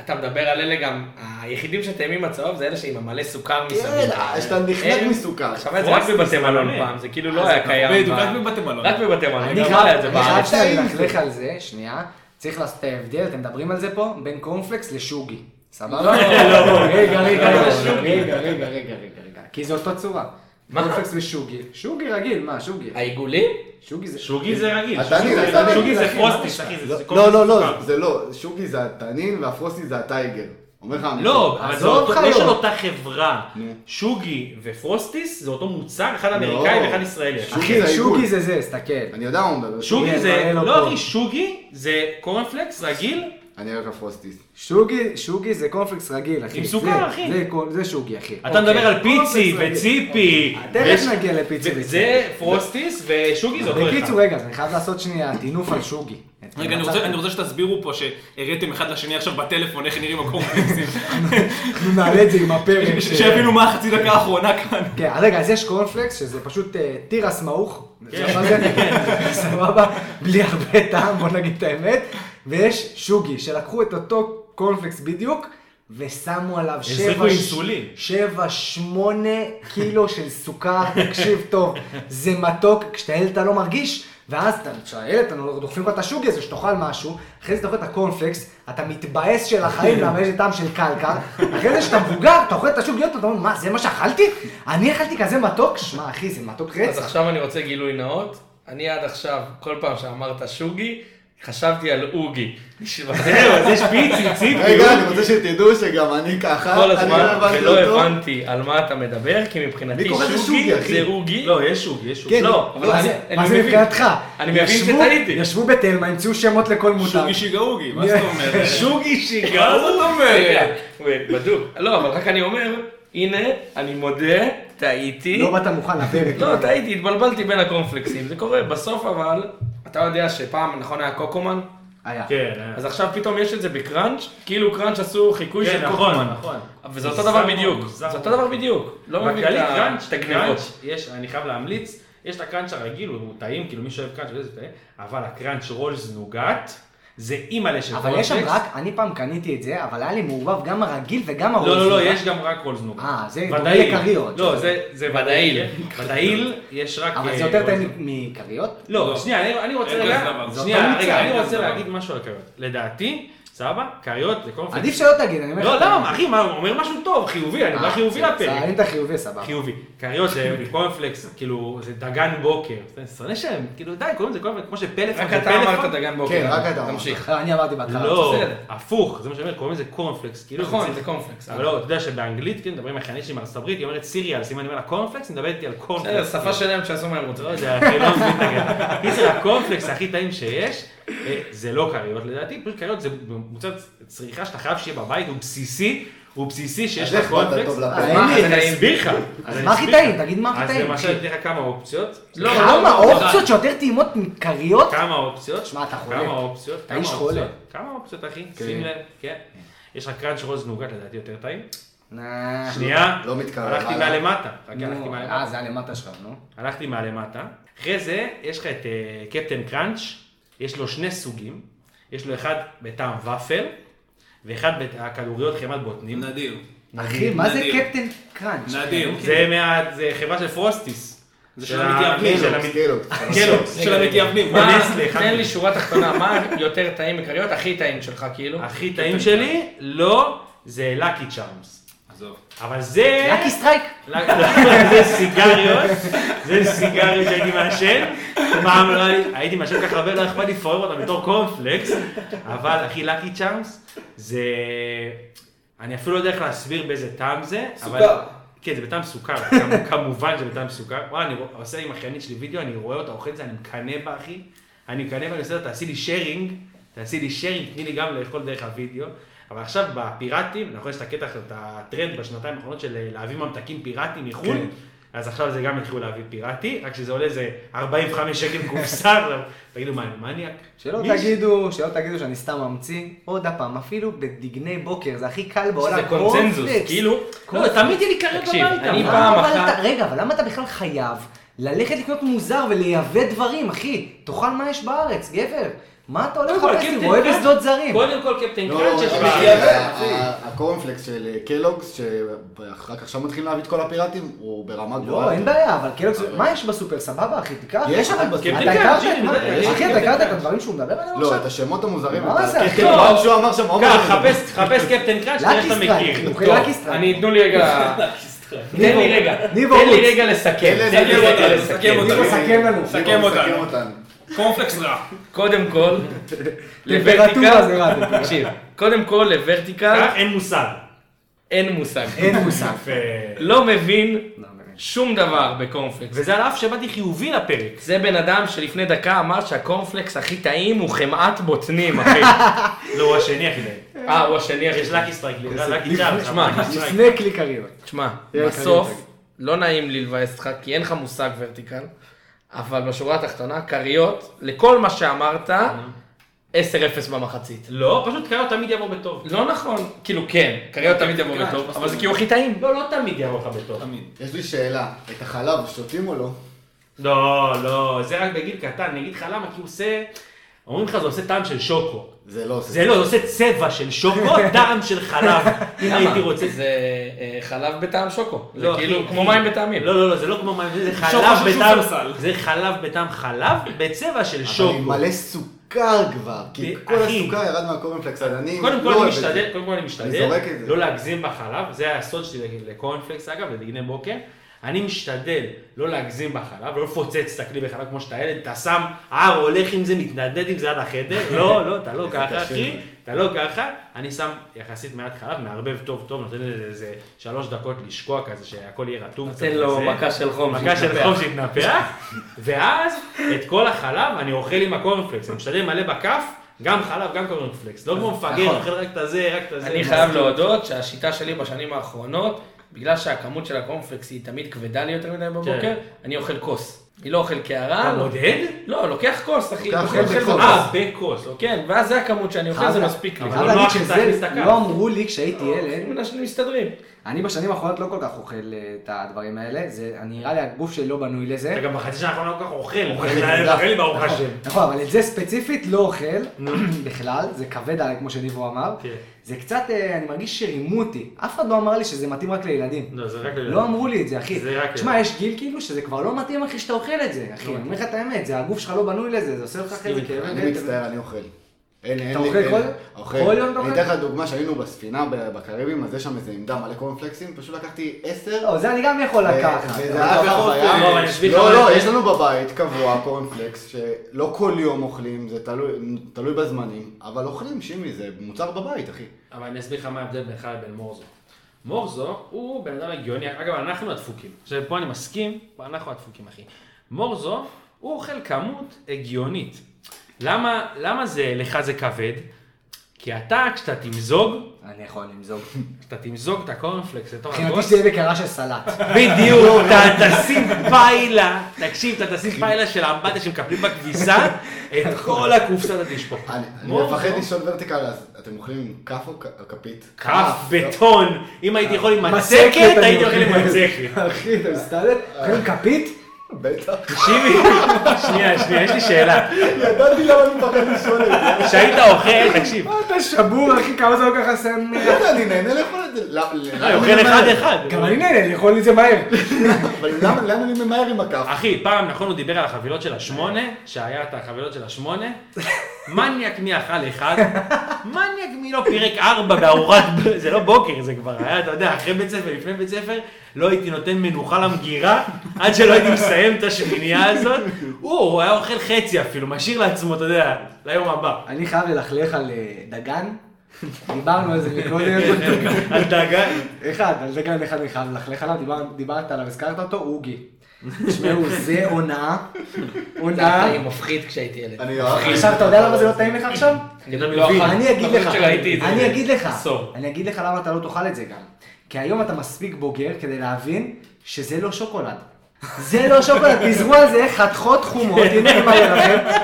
אתה מדבר על אלה גם, היחידים שטעימים בצהוב זה אלה שעם המלא סוכר
כן,
מסביב.
שאתה נחנק
אין-
מסוכר.
עכשיו היה את זה רק
פרוסט
בבתי מלון
מסתמן.
פעם, זה כאילו לא היה קיים.
בדיוק,
ב-
רק בבתי מלון.
רק בבתי מלון.
אני
גם לא היה את
חייב
זה
אני חייב
בארץ.
שנייה ללכלך על זה, שנייה. צריך לעשות את ההבדל, אתם מדברים על זה פה, בין קורנפלקס לשוגי. סבבה? רגע, רגע, רגע,
לא.
רגע, רגע, רגע, רגע, רגע. כי זה אותה צורה.
מה? אה,
קורנפלקס ושוגי. שוגי רגיל, מה, שוגי?
העיגולים?
שוגי זה...
שוגי זה רגיל.
אתה
שוגי
נראה,
זה-
אתה נראה.
שוגי זה
אחי,
פרוסטיס,
מה
אחי. זה- זה כל
לא, לא,
סוכר.
לא, זה לא, שוגי זה התנין והפרוסטי זה הטייגר. אומר לך, אמיתי.
לא, אבל זה
עזוב
אותו- לא
חיות.
של אותה חברה.
נו.
שוגי ופרוסטיס זה אותו מוצר, אחד אמריקאי
לא.
ואחד ישראלי. אחי.
שוגי
אחי,
זה
שוגי
העיגול.
זה זה, תסתכל.
אני יודע מה הוא מדבר.
שוגי
כן,
זה,
מראה לו
לא
פה.
אחי, שוגי זה קורנפלקס רגיל,
אני אוהב הפרוסטיס.
שוגי, שוגי זה קורנפלקס רגיל, אחי.
עם סוכר,
זה-
אחי.
זה קור- זה שוגי, אחי.
אתה מדבר על פיצי
קורנפלקס רגיל. אוקיי.
וציפי.
תכף
ויש-
נגיע לפיצי
ו-
וציפי.
זה פרוסטיס ושוגי זה אותו אחד.
בקיצור, רגע, אז אני חייב לעשות שנייה טינוף על שוגי.
רגע, אני רוצה- אני רוצה שתסבירו פה שהראיתם אחד לשני עכשיו בטלפון איך נראים הקורנפלקסים.
אנחנו נעלה את זה עם הפרק.
ש- שיבינו מה החצי דקה האחרונה כאן.
כן, אז רגע, אז יש קורנפלקס, שזה פשוט אה, תירס מעוך,
כן.
סבבה? סבבה, בלי הרבה טעם, בוא נגיד את האמת, ויש שוגי, שלקחו את אותו קורנפלקס בדיוק, ושמו עליו
הזריקו
שבע, ש-
אינסולין.
שבע, שמונה קילו של סוכר, תקשיב טוב, זה מתוק, כשאתה ילד אתה לא מרגיש, ואז אתה, כשאתה ילד, אתה לא, דוחפים לך את השוגי הזה, שתאכל משהו, אחרי זה אתה אוכל את הקורנפלקס, אתה מתבאס של
כן.
החיים, למה יש לי טעם של קלקר, אחרי זה כשאתה מבוגר, אתה אוכל את השוגיות, אתה אומר, מה, זה מה שאכלתי? אני אכלתי כזה מתוק? שמע, אחי, זה מתוק
אז
רצח.
עכשיו אני רוצה גילוי נאות. אני עד עכשיו, כל פעם שאמרת שוגי, חשבתי על אוגי.
זהו, אז יש פיצי, ציפי.
רגע, אני
אורי.
רוצה שתדעו שגם אני ככה,
אה, כאילו? כל
אני לא
הזמן,
הבנתי
ולא
אותו.
הבנתי על מה אתה מדבר, כי מבחינתי
מי קורא לזה
שוגי
שוגי, אחי?
זה אוגי.
לא, יש שוגי, יש שוגי.
כן,
לא,
אבל
מה
אני-
זה-
אני
מה זה
מבין.
מבחינתך?
אני מבין
ישבו-
שטעיתי.
ישבו בתלמה, המציאו שמות לכל מותר.
שוגי שיגאוגי, מה זאת אומרת?
שוגי
מה
שיגעו.
זאת אומרת?
בדוק. לא, אבל רק אני אומר, הנה, אני מודה, טעיתי.
לא באת מוכן לפרק.
לא, טעיתי, התבלבלתי בין הקונפלקסים, זה קורה. בסוף אבל, אתה יודע שפעם, נכון, היה קוקומן?
היה.
כן, אה.
אז עכשיו פתאום יש את זה בקראנץ', כאילו קראנץ' עשו חיקוי
כן,
של
נכון,
קוקומן.
נכון.
וזה אותו
מוזר
דבר
מאוד,
בדיוק,
מוזר
זה אותו
מאוד.
דבר בדיוק. לא מבין
בכללי,
את ה-
קראנץ',
את הגניבות.
קראנץ', יש, אני חייב להמליץ, יש את הקראנץ' הרגיל, הוא טעים, כאילו מי שאוהב קראנץ', זה טעים, אבל הקראנץ' רולס נוגת, זה אימא'לה של
אבל יש שם
קורנפלקס.
רק, אני פעם קניתי את זה, אבל היה לי מעורבב גם הרגיל וגם הרוז.
לא, לא, לא, יש גם רק רולס נוגת.
אה, זה דומה
ודאי.
לקריות.
לא, זה- זה ודאיל. ודאיל, יש רק...
אבל
אה,
זה יותר
רולס
טעים
נוגת.
מכריות?
לא,
לא.
שנייה, אני- אני רוצה
אין
רגע,
כזה דבר. זה
שנייה,
אותו
רגע,
מוצר,
אני
אין
רוצה
כזה
להגיד
דבר.
משהו על קריות. לדעתי, סבבה, קריות זה קורנפלקס.
עדיף אה, שלא תגיד, אני אומר
לא,
לך.
למה, אחי, מה, הוא אומר משהו טוב, חיובי, אני בא חיובי לפרק.
אם אתה חיובי, סבבה.
חיובי. כריות זה קורנפלקס, כאילו, זה דגן בוקר. זה שונא שהם, כאילו, די, קוראים לזה קורנפלקס, כמו שפלאפון
רק
זה
אתה אמרת
פלאפון.
דגן בוקר.
כן, רק אתה אמרת.
אוקיי, תמשיך.
אה, אני אמרתי בהתחלה.
לא,
בסדר.
הפוך, זה מה שאני אומר, קוראים לזה קורנפלקס. כאילו,
נכון,
צריך-
זה קורנפלקס.
אבל לא, אתה יודע שבאנגלית, כאילו, מדברים על חיינית שלי מארצות הברית, היא אומרת סיריאל, סימן אני אומר לה קורנפלקס, היא מדברת איתי על
בסדר,
קורנפלקס.
שפה שלהם שיעשו מה הם רוצים.
לא יודע, אחי, לא מבין את הגל. קיצר, הקורנפלקס הכי טעים שיש, אה, זה לא כריות לדעתי, פשוט כריות זה מוצר צריכה שאתה חייב שיהיה בבית, הוא בסיסי, הוא בסיסי שיש
אז
לך
איך באת
אה,
קונטקסט.
טוב
אז
לפרק?
אין
מה,
לי,
אז אני
תגיד.
אסביר לך.
אז
אני
מה
אסביר
הכי טעי?
לך.
תגיד מה הכי טעי.
אז למשל, אתן לך כמה אופציות.
לא,
כמה
לא, לא,
אופציות שיותר טעימות מקריות?
כמה אופציות?
שמע, אתה חולה.
כמה אופציות?
אתה איש
כמה
חולה.
אופציות? כמה אופציות, אחי? שים לב, כן. יש לך קראנץ' רוז נוגת, לדעתי יותר טעים.
נה.
שנייה.
לא מתקרב,
הלכתי
הלאה.
מהלמטה. חכה, הלכתי
נו,
מהלמטה.
אה, זה הלמטה שלך, נו.
הלכתי מהלמטה, אחרי זה יש לך את אה, קפטן קראנץ', יש לו שני סוגים, יש לו אחד בטעם ופל, ואחד בכדוריות חמת בוטנים.
נדיר.
אחי, מה זה
נדיר.
קפטן קראנץ'?
נדיר.
זה מה... זה חברה של פרוסטיס.
זה
של
של
ה-
המתייוונים.
של
קילוס,
המ-
קילוס. לא,
קלוגס, של המתייוונים.
מה-
בנסטלה, אחד
תן לי
מהם.
שורה תחתונה, מה יותר טעים מקריות? הכי טעים שלך, כאילו.
הכי טעים שלי, לא, זה לקי צ'ארמס.
עזוב.
אבל זה...
לקי סטרייק.
זה סיגריות, זה סיגריות שהייתי מעשן, פעם לא היה לי- הייתי מעשן כל כך הרבה, לא אכפת לי לפורר אותם בתור קורנפלקס, אבל אחי לקי צ'ארמס, זה... אני אפילו לא יודע איך להסביר באיזה טעם זה, אבל...
סוכר.
כן, זה בטעם סוכר, כמ- כמובן שזה בטעם סוכר. וואי, אני רוא- עושה עם אחיינית שלי וידאו, אני רואה אותה אוכלת את זה, אני מקנא בה, אחי. אני מקנא בה, אני עושה לה, תעשי לי שיירינג, תעשי לי שיירינג, תני לי גם לאכול דרך הוידאו. אבל עכשיו בפיראטים, נכון, יש את הקטע, הזה, את הטרנד בשנתיים האחרונות של אה, להביא ממתקים פיראטיים מחו"ל,
כן.
אז עכשיו זה גם התחילו להביא פיראטי, רק שזה עולה איזה 45 שקל קופסה, אבל תגידו מה, אני מניאק?
שלא
מי ש-
תגידו, שלא תגידו שאני סתם ממציא. עוד הפעם, אפילו בדגני בוקר, זה הכי קל בעולם.
שזה קונצנזוס,
קורנפלקס.
כאילו.
לא, תמיד יהיה לי קרב
תקשיב,
בביתה.
אני
מה?
למה
פעם
אבל
אחת-
אתה- רגע, אבל למה אתה בכלל חייב ללכת לקנות מוזר ולייבא דברים, אחי? תאכל מה יש בארץ, גבר. מה אתה הולך
קודם כל,
לחפש
קפטן
לי? רואה
קראנץ'-
בשדות זרים.
קודם כל קפטן
לא,
קראנץ' יש
אבל
בה-
ה- ה- הקורנפלקס של אה, קלוגס, שרק עכשיו מתחילים להביא את כל הפיראטים, הוא ברמה גבוהה.
לא, אין בעיה, אבל כאילו,
אבל-
מה יש בסופר? סבבה, אחי, תיקח.
יש אבל בסופר.
אתה הכרת את מה?
יש
אחי,
קפטן
אתה הכרת את הדברים שהוא מדבר עליהם
לא,
עכשיו?
את השמות המוזרים. כן,
מה זה, אחי?
מה שהוא אמר שם, עומר.
קח, חפש- חפש קפטן קראנץ', תראה שאתה
לקי סטרייק,
מכיר.
אוקיי,
טוב.
לקי סטרייק.
אני, תנו לי רגע, תן
ניבו-
לי רגע, תן
ניבו רוץ.
לי רגע לסכם,
אלה
תן לי
ניבו
רגע
אותנו,
לסכם.
סכם אותנו.
ניבו, סכם לנו.
סכם אותנו.
אותנו.
קורנפלקס רע.
קודם כל,
טמפרטורה זה רע,
לוורטיקל, תקשיב, קודם כל לוורטיקל
אה, אין מושג.
אין מושג,
אין מושג.
יפה.
לא מבין
לא, באמת.
שום דבר בקורנפלקס.
וזה על אף שבאתי חיובי לפרק.
זה בן אדם שלפני דקה אמר שהקורנפלקס הכי טעים הוא חמאת בוטנים, אחי.
לא, הוא השני הכי טעים.
אה, הוא השני אחי
יש
שלה.
לקי סטרייק, לקי צ'ארמס.
כן, שמע,
אבל לקי סטרייק.
לפני כלי קריירה.
תשמע,
יהיה
בסוף
קריות,
לא נעים לי לבאס אותך, כי אין לך מושג ורטיקל, אבל בשורה התחתונה, כריות, לכל מה שאמרת,
Mm-hmm.
10-0 במחצית.
לא, פשוט קריו תמיד יבוא בטוב.
לא נכון, כאילו כן, כריות תמיד יבוא
כן,
בטוב,
יש
אבל זה כי הוא הכי טעים.
לא, לא תמיד יבוא לך בטוב.
תמיד.
יש לי שאלה, את החלב שותים או לא?
לא, לא, זה רק בגיל קטן, אני אגיד לך למה, כי הוא עושה... אומרים לך זה עושה טעם של שוקו.
זה לא עושה.
זה לא, זה עושה צבע של שוקו, טעם של חלב. אם
למה?
הייתי רוצה...
זה אה, חלב בטעם שוקו, זה
לא,
כאילו
אחי,
כמו
אחי.
מים בטעמים.
לא, לא, לא, זה לא כמו מים, זה
שוקו
חלב
של
בטעם...
שופרסל.
זה חלב בטעם חלב, בצבע של
אבל עם
שוקו.
מלא סוכר כבר, כי
אחי.
כל הסוכר ירד מהקורנפלקס, אז אני
קודם כל
לא
אני
אוהב את
משתדל,
זה.
קודם כל אני משתדל,
אני זורק את זה.
לא להגזים בחלב, זה הסוד שלי לקורנפלקס אגב, לדגני בוקר. אני משתדל לא להגזים בחלב, לא לפוצץ את הכלי בחלב כמו שאתה ילד, אתה שם, אה, הולך עם זה, מתנדנד עם זה עד החדר, לא, לא, אתה לא
איזה
ככה,
קשה
אחי,
זה.
אתה לא ככה, אני שם יחסית מעט חלב, מערבב טוב טוב, נותן לזה איזה שלוש דקות לשקוע כזה, שהכל יהיה רטוב.
נותן
קצת
לו
כזה.
מכה של חום
מכה של
שיתנפח.
חום שהתנפח, ואז את כל החלב אני אוכל עם הקורנפלקס, אני משתדל מלא בכף, גם חלב, גם קורנפלקס. לא כמו מפגר,
נכון.
אוכל רק את הזה, רק את זה.
אני חייב להודות שהשיטה שלי בשנים האחרונות, בגלל שהכמות של הקורנפלקס היא תמיד כבדה לי יותר מדי בבוקר,
כן.
אני אוכל כוס. אני לא אוכל קערה.
אתה
לא-
מודד?
לא, לוקח כוס, אחי.
לוקח
אוכל
כוס,
בכוס.
כוס.
אה, בכוס, אוקיי.
כן, ואז זה הכמות שאני אוכל, זה
חייב-
מספיק לי.
אבל
חייב
לא
להגיד
נוח להכניס את
שזה,
הכף.
לא אמרו לי כשהייתי ילד,
ילד. אנחנו מסתדרים.
אני בשנים האחרונות לא כל כך אוכל אה, את הדברים האלה, זה אני- נראה לי הגוף שלי לא בנוי לזה.
אתה גם בחצי שנה האחרונה כל כך אוכל,
אוכל,
אוכל לי ברוך
נכון,
השם.
נכון, אבל את זה ספציפית לא אוכל בכלל, זה כבד עליי כמו שניבו אמר.
כן.
זה קצת, אה, אני מרגיש שרימו אותי. אף אחד לא אמר לי שזה מתאים רק לילדים.
לא, זה רק לילדים.
לא אמרו לי את זה, אחי.
זה רק
תשמע, יש גיל כאילו שזה כבר לא מתאים, אחי, שאתה אוכל את זה, אחי.
לא
אני אומר לך את האמת, זה הגוף שלך לא בנוי לזה, זה עושה לך אחרי זה
מסכים
כאבי
אני מצטער, אני אוכל. אין, אין
אתה
לי,
אוכל
אין-
כל-
אוכל.
כל יום אתה
אני
אוכל?
אתן לך דוגמה שהיינו בספינה ב- בקריבים, אז יש שם איזה עמדה מלא קורנפלקסים, פשוט לקחתי עשר.
לא, זה אני גם יכול
ו-
לקחת.
וזה
אבל-
היה
אבל
כבר
בחוף,
בים.
לא,
אבל אני אסביר לך
לא,
מה
לא,
זה.
יש לנו בבית קבוע קורנפלקס, שלא כל יום אוכלים, זה תלוי- תלוי בזמנים, אבל אוכלים, שימי, זה מוצר בבית, אחי.
אבל אני אסביר לך מה ההבדל בינך לבין מורזו. מורזו הוא בן אדם הגיוני, אגב אנחנו הדפוקים, עכשיו פה אני מסכים, פה אנחנו הדפוקים אחי. מורזו הוא אוכל כמות הגיונית. למה, למה זה, לך זה כבד? כי אתה, כשאתה תמזוג,
אני יכול למזוג.
כשאתה תמזוג את הקורנפלקס לתוך
מבחינתי
הגרוס,
שזה יהיה בקערה של סלט.
בדיוק, אתה תשים פיילה, תקשיב, אתה תשים פיילה של האמבטיה שמקפלים בכביסה, את כל הקופסה אתה תשפוך.
אני אני
מו-
מפחד לשאול ורטיקל, אז אתם אוכלים עם כף או כ- כפית? לא,
כף בטון, אם הייתי יכול עם
מצקת,
מצקת,
אני
הייתי אוכל עם
אוכל.
מצקת.
אחי, אתה מסתלט? אוכלים כפית?
לא, בטח.
תקשיבי, שנייה, שנייה, יש לי שאלה.
ידעתי למה אני מפחד לשאול את זה.
כשהיית אוכל, תקשיב,
אתה שבור, אחי, כמה זה לוקח לסיים?
לא יודע, אני נהנה לאכול את זה. לא, למה-
אה,
למה
אוכל
אני
אחד
ממהר?
אחד.
גם אני נהנה, אני יכול את זה מהר.
אבל למה- למה אני ממהר עם הכף?
אחי, פעם, נכון, הוא דיבר על החבילות של השמונה, שהיה את החבילות של השמונה. מניאק מי אכל אחד, מניאק מי לא פירק ארבע בארורת, ב- זה לא בוקר, זה כבר היה, אתה יודע, אחרי בית ספר, לפני בית ספר, לא הייתי נותן מנוחה למגירה, עד שלא הייתי מסיים את השמינייה הזאת. הוא, הוא היה אוכל חצי אפילו, משאיר לעצמו, אתה יודע, ליום הבא.
אני חייב ללכלך על אה, דגן. דיברנו על זה מקודם.
אל דאגה.
אחד, על זה גם אחד אני חייב ללכלך עליו, דיבר, דיברת עליו, הזכרת אותו, אוגי. תשמעו, זה הונאה, הונאה.
היה מפחיד כשהייתי ילד.
אני
עכשיו, אתה יודע למה זה לא טעים לך עכשיו?
אני לא אכל.
אני אגיד לך,
למרות שראיתי את זה.
אני אגיד לך,
עשור.
אני אגיד לך למה אתה לא תאכל את זה גם. כי היום אתה מספיק בוגר כדי להבין שזה לא שוקולד. זה לא שוקולד, תזרו על זה חתכות חומות, הנה אני מראה לכם,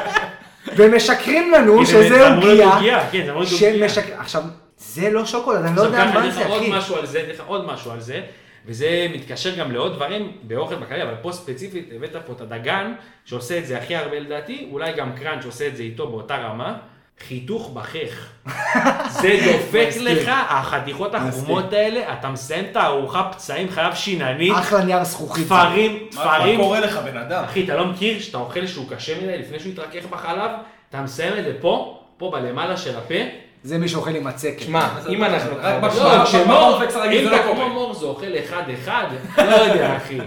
ומשקרים לנו
הנה,
שזה
אמרו לנו
עוגיה.
עוגיה, כן, אמרו לנו עוגיה.
שמשק... עכשיו, זה לא שוקולד, אני לא יודע
עכשיו ככה,
מה
אני אתן לך
זה,
עוד
אחי.
משהו על זה, אני אתן לך עוד משהו על זה, וזה מתקשר גם לעוד דברים באוכל בכללי, אבל פה ספציפית הבאת פה את הדגן, שעושה את זה הכי הרבה לדעתי, אולי גם קראנץ' עושה את זה איתו באותה רמה. חיתוך בחך, זה דופק לך, החתיכות החומות האלה, אתה מסיים את הארוחה פצעים, חלב שיננית,
אחלה נייר זכוכית.
תפרים,
מה מה
תפרים,
קורה לך, בן אדם?
אחי, אתה לא מכיר שאתה אוכל שהוא קשה מדי לפני שהוא יתרכך בחלב, אתה מסיים את זה פה, פה בלמעלה של הפה,
זה מי שאוכל עם הצקת.
שמע, אם אנחנו
רק
כבר-
בשלב,
לא, כשמור,
בקורנפלקס הרגיל
אם
זה לא
אתה
קורה.
כמו מור זה אוכל אחד-אחד, לא יודע, אחי.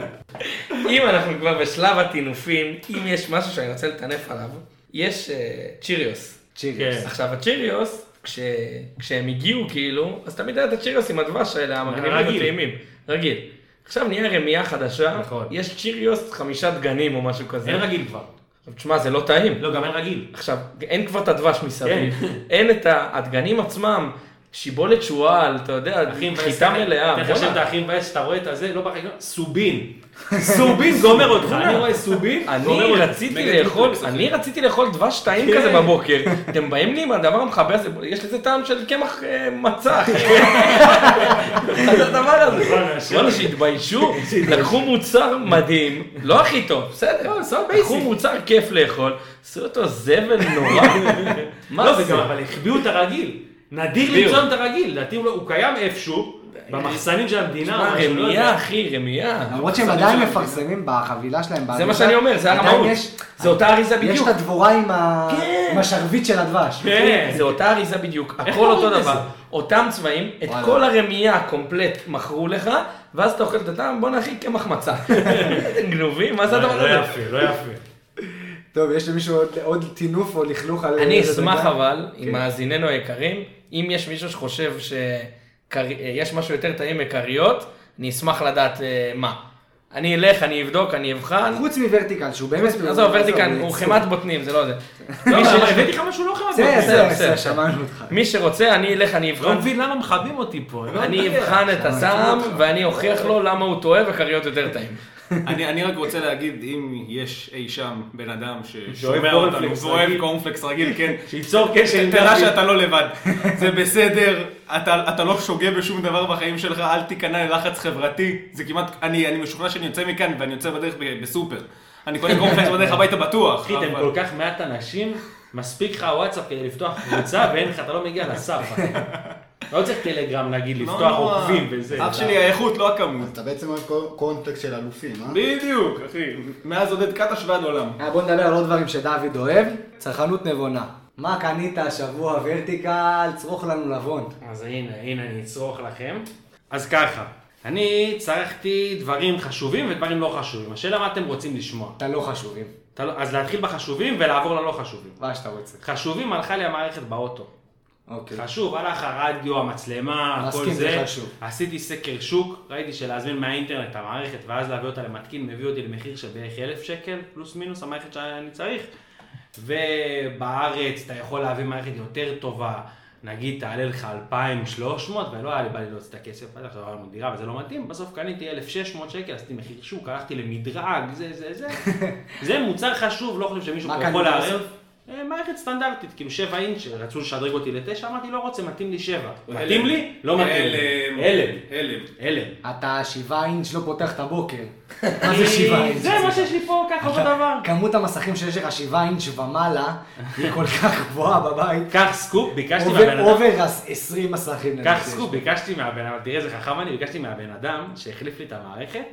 אם אנחנו כבר בשלב הטינופים, אם יש משהו שאני רוצה לטנף עליו, יש אה, צ'יריוס.
צ'יריוס.
כן.
עכשיו הצ'יריוס, כש... כשהם הגיעו כאילו, אז תמיד היה את הצ'יריוס עם הדבש האלה, המגניבים
אה, רגיל.
הטעימים, רגיל. עכשיו נהיה רמייה חדשה,
נכון.
יש צ'יריוס חמישה דגנים או משהו כזה.
אין רגיל כבר.
עכשיו, תשמע, זה לא טעים.
לא, כן. גם אין רגיל.
עכשיו, אין כבר את הדבש מסביב, אין את ה- הדגנים עצמם, שיבולת שועל, אתה יודע,
אחי, מבאס,
חיטה
אחי,
מלאה.
תן לך
בואנה.
שם את הכי מבאס שאתה רואה את הזה, לא בחגיגה, סובין. סובין גומר אותך, אני רואה סובין, גומר
אני
אותך.
רציתי
מגה
לאכול,
טיקטוקס,
אני רציתי לאכול דבש טעים כזה בבוקר. אתם באים לי עם הדבר המחבר הזה, יש לזה טעם של קמח אה, מצה, אחי. מה זה הדבר הזה? וואלה, שהתביישו, לקחו מוצר מדהים, לא הכי טוב, בסדר, לקחו מוצר כיף לאכול, עשו אותו זבל נורא.
לא,
מה זה?
וגם, אבל החביאו את הרגיל. נדיר
החביאו.
למצוא את הרגיל, לדעתי הוא לא- הוא קיים איפשהו, במחסנים של המדינה. או
מה,
משהו, לא
רמייה,
יודע.
אחי, רמייה.
למרות שהם עדיין מפרסמים בחבילה שלהם.
זה
באריזה,
מה שאני אומר, זה
עדיין
הרמאות.
יש-
זה אותה אריזה
יש
בדיוק.
את הדבורה עם ה-
כן.
עם השרביט של הדבש.
כן.
זה אותה אריזה בדיוק,
איך
הכל
קוראים
אותו
לזה?
דבר, אותם צבעים, את
וואלה.
כל הרמייה הקומפלט מכרו לך, ואז אתה אוכל את הטעם, בואנה אחי, קמח מצה. איזה גנובים, מה זה הדבר
לא
הזה?
יפה, לא יפה.
טוב, יש למישהו עוד- עוד טינוף או לכלוך על...
אני
איזה
אשמח
דגן?
אבל, עם מאזיננו היקרים, אם יש מישהו שחושב שיש משהו יותר טעים מכריות, אני אשמח לדעת אה, מה. אני אלך, אני אבדוק, אני אבחן.
חוץ מוורטיקל, שהוא באמת...
עזוב, ורטיקן הוא
יצור.
חמת בוטנים, זה לא זה.
לא,
מי ש-
אבל הבאתי לך משהו לא חייב.
בסדר,
בבוקר.
בסדר,
בסדר,
בסדר, שמענו אותך.
מי שרוצה, אני אלך, אני
לא
אבחן.
מבין למה מכבים אותי פה. אני לא
אני
יודע.
אבחן את הזעם, ואני אוכיח לו למה הוא טועה וכריות יותר טעים.
אני, אני רק רוצה להגיד, אם יש אי שם בן אדם
שאוהב
ששומע אותנו
קורנפלקס
ואוהב
רגיל.
קורנפלקס רגיל, כן,
שייצור קשר עם
תדע
דוד.
שאתה לא לבד, זה בסדר, אתה, אתה לא שוגה בשום דבר בחיים שלך, אל תיכנע ללחץ חברתי, זה כמעט, אני, אני משוכנע שאני יוצא מכאן ואני יוצא בדרך ב- בסופר. אני קונה קורנפלקס בדרך הביתה בטוח.
אחי, אתם
אבל-
כל כך מעט אנשים, מספיק לך וואטסאפ כדי לפתוח קבוצה, ואין לך, אתה לא מגיע לסף. אחי. לא צריך טלגרם, נגיד,
לא
לפתוח
נורא.
עוקבים וזה.
אח שלי, האיכות, לא הכמות.
אתה בעצם אוהב קור- קורנפלקס של אלופים, אה?
בדיוק, אחי. מאז עודד קטש ועד עולם.
אה, בוא נדבר על עוד דברים שדוד אוהב. צרכנות נבונה. מה קנית השבוע ורטיקל? צרוך לנו לבון.
אז הנה, הנה, אני אצרוך לכם. אז ככה, אני צרכתי דברים חשובים ודברים לא חשובים. השאלה מה אתם רוצים לשמוע.
אתה לא חשובים,
אתה לא- אז להתחיל בחשובים ולעבור ללא חשובים.
מה שאתה רוצה.
חשובים הלכה לי המערכת באוטו.
אוקיי.
חשוב, הלך הרדיו, המצלמה, הכל
מסכים,
זה.
זה חשוב.
עשיתי סקר שוק, ראיתי שלהזמין מהאינטרנט את המערכת ואז להביא אותה למתקין, מביא אותי למחיר של בערך 1,000 שקל, פלוס מינוס המערכת שאני צריך. ובארץ אתה יכול להביא מערכת יותר טובה, נגיד תעלה לך 2,300, ולא היה לי בא לי להוציא את הכסף, עד עכשיו עברנו דירה וזה לא מתאים, בסוף קניתי 1,600 שקל, עשיתי מחיר שוק, הלכתי למדרג, זה, זה, זה. זה מוצר חשוב, לא חושב שמישהו
מה
פה
קנית
יכול לערב.
בסוף?
אה, מערכת סטנדרטית, כאילו 7 אינץ', רצו לשדרג אותי ל-9, אמרתי לא רוצה, מתאים לי 7. מתאים לי? לא מתאים לי. הלם.
הלם. הלם.
הלם.
אתה שבעה אינץ' לא פותח את הבוקר. מה זה שבעה אינץ'?
זה מה שיש לי פה, ככה אותו דבר.
כמות המסכים שיש לך שבעה אינץ' ומעלה היא כל כך גבוהה בבית.
קח סקופ, ביקשתי
אובר-
מהבן אדם.
אובר הס- 20 מסכים.
קח
לדעתי יש.
סקופ, ביקשתי מהבן אדם, תראה איזה חכם אני, ביקשתי מהבן אדם שהחליף לי את המערכת,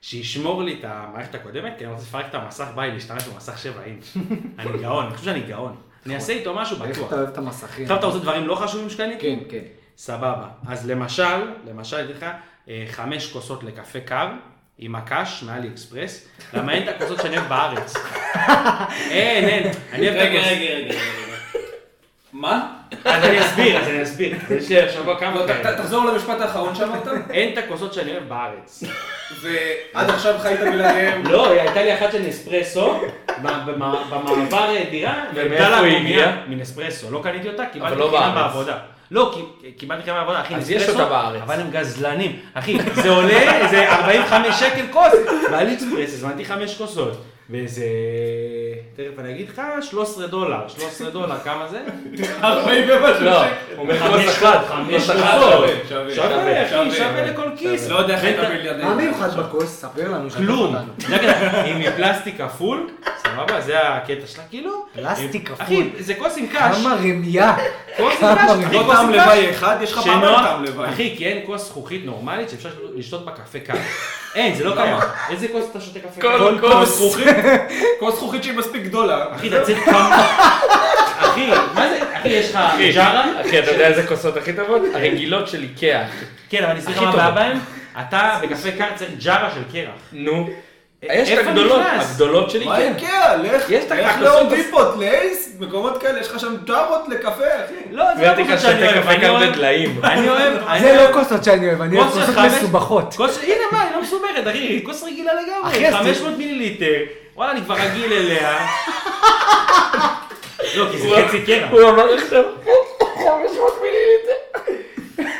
שישמור לי את המערכת הקודמת, כי אני רוצה לפרק את המסך ביי, להשתמש במסך 7 אינץ'. אני גאון, אני חושב שאני גאון. אני אעשה איתו משהו
נכון. איך
בטוח.
אתה אוהב את המסכים?
עכשיו אתה עושה דברים לא חשובים שקנית?
כן, כן.
סבבה. אז למשל, למשל, אני אתן לך אה, חמש כוסות לקפה קר. עם מקש מאלי אקספרס, למה אין את הכוסות שאני אוהב בארץ? אין, אין, אני אוהב את
רגע,
הכוסות.
רגע, רגע. רגע. מה?
אז אני אסביר, אז אני אסביר. יש לי השבוע כמה
לא, ת- ת-
כאלה.
תחזור למשפט האחרון שאמרת.
אין את הכוסות שאני אוהב בארץ.
ועד עכשיו חיית בלעדיהם.
לא, הייתה לי אחת של נספרסו, במ- במ- במעבר אה, דירה,
ומאיפה
לה
היא
קומייה
הגיעה?
מנספרסו, לא קניתי אותה, קיבלתי
אבל לא
חינם
בארץ.
בעבודה. לא, כי- קיבלתי חינם בעבודה, אחי,
אז יש אותה בארץ.
אבל הם גזלנים. אחי, זה עולה, זה 45 שקל כוס, ועל אקספרס הזמנתי חמש כוסות. וזה, תכף אני אגיד לך, 13 דולר, 13 דולר, כמה זה?
לא, 40 ומשהו
לא,
שקל.
הוא מחכה
חמש
לשחד,
חמש
שווה,
כוסות.
שווה,
שווה, אחי,
שווה,
שווה לכל כיס.
לא יודע איך חיית
ואתה-
בלעדיהם.
מה מיוחד בכוס? ספר לנו. שתף
כלום.
אותנו.
זה הקטע, היא מפלסטיק כפול, סבבה, זה הקטע שלה, כאילו.
פלסטיק כפול.
אחי, זה כוס עם קש.
כמה רמייה.
כוס עם
כמה
קש,
רמייה.
אחי,
לא
כוס עם
טעם
קש.
לוואי אחד, יש לך פעמיים
שנוח-
טעם לוואי.
אחי, כי אין כוס זכוכית נורמלית שאפשר לשתות בה קפה קר. אין, זה לא קמה. איזה כוס אתה שותה קפה קר?
כל כוס.
זכוכית, כל זכוכית שהיא מספיק גדולה.
אחי, אתה צריך כמה... אחי, מה זה? אחי, יש לך ג'ארה?
אה,
אחי, אתה יודע איזה כוסות הכי טובות? הרגילות של איקאה.
כן, אבל אני אסביר לך מה
הכי
הבעיה
טוב.
בהם. אתה בקפה קר צריך ג'ארה של קרח. אה,
נו. יש את
איפה
הגדולות,
נכנס?
הגדולות של
מה
איקאה.
איקאה? לך,
יש את
לך
הכוסות
לאור
הס-
דיפות, לאייס, מקומות כאלה, יש לך שם ג'ארות לקפה, אחי.
לא, זה לא
ורטיקה
כוס שאני
שותה
אוהב.
קפה
אני
קר
אוהב-
בדליים.
אני אוהב... אני
זה
אוהב-
לא כוסות שאני אוהב, אני אוהב
כוס של
כוסות
חמש-
מסובכות.
כוס, הנה מה, היא לא מסוברת, אחי, היא כוס רגילה
אחי,
לגמרי,
אז
500 מיליליטר, וואלה, אני כבר רגיל אליה. לא, כי זה חצי קרח.
הוא אמר עכשיו, 500 מיליליטר.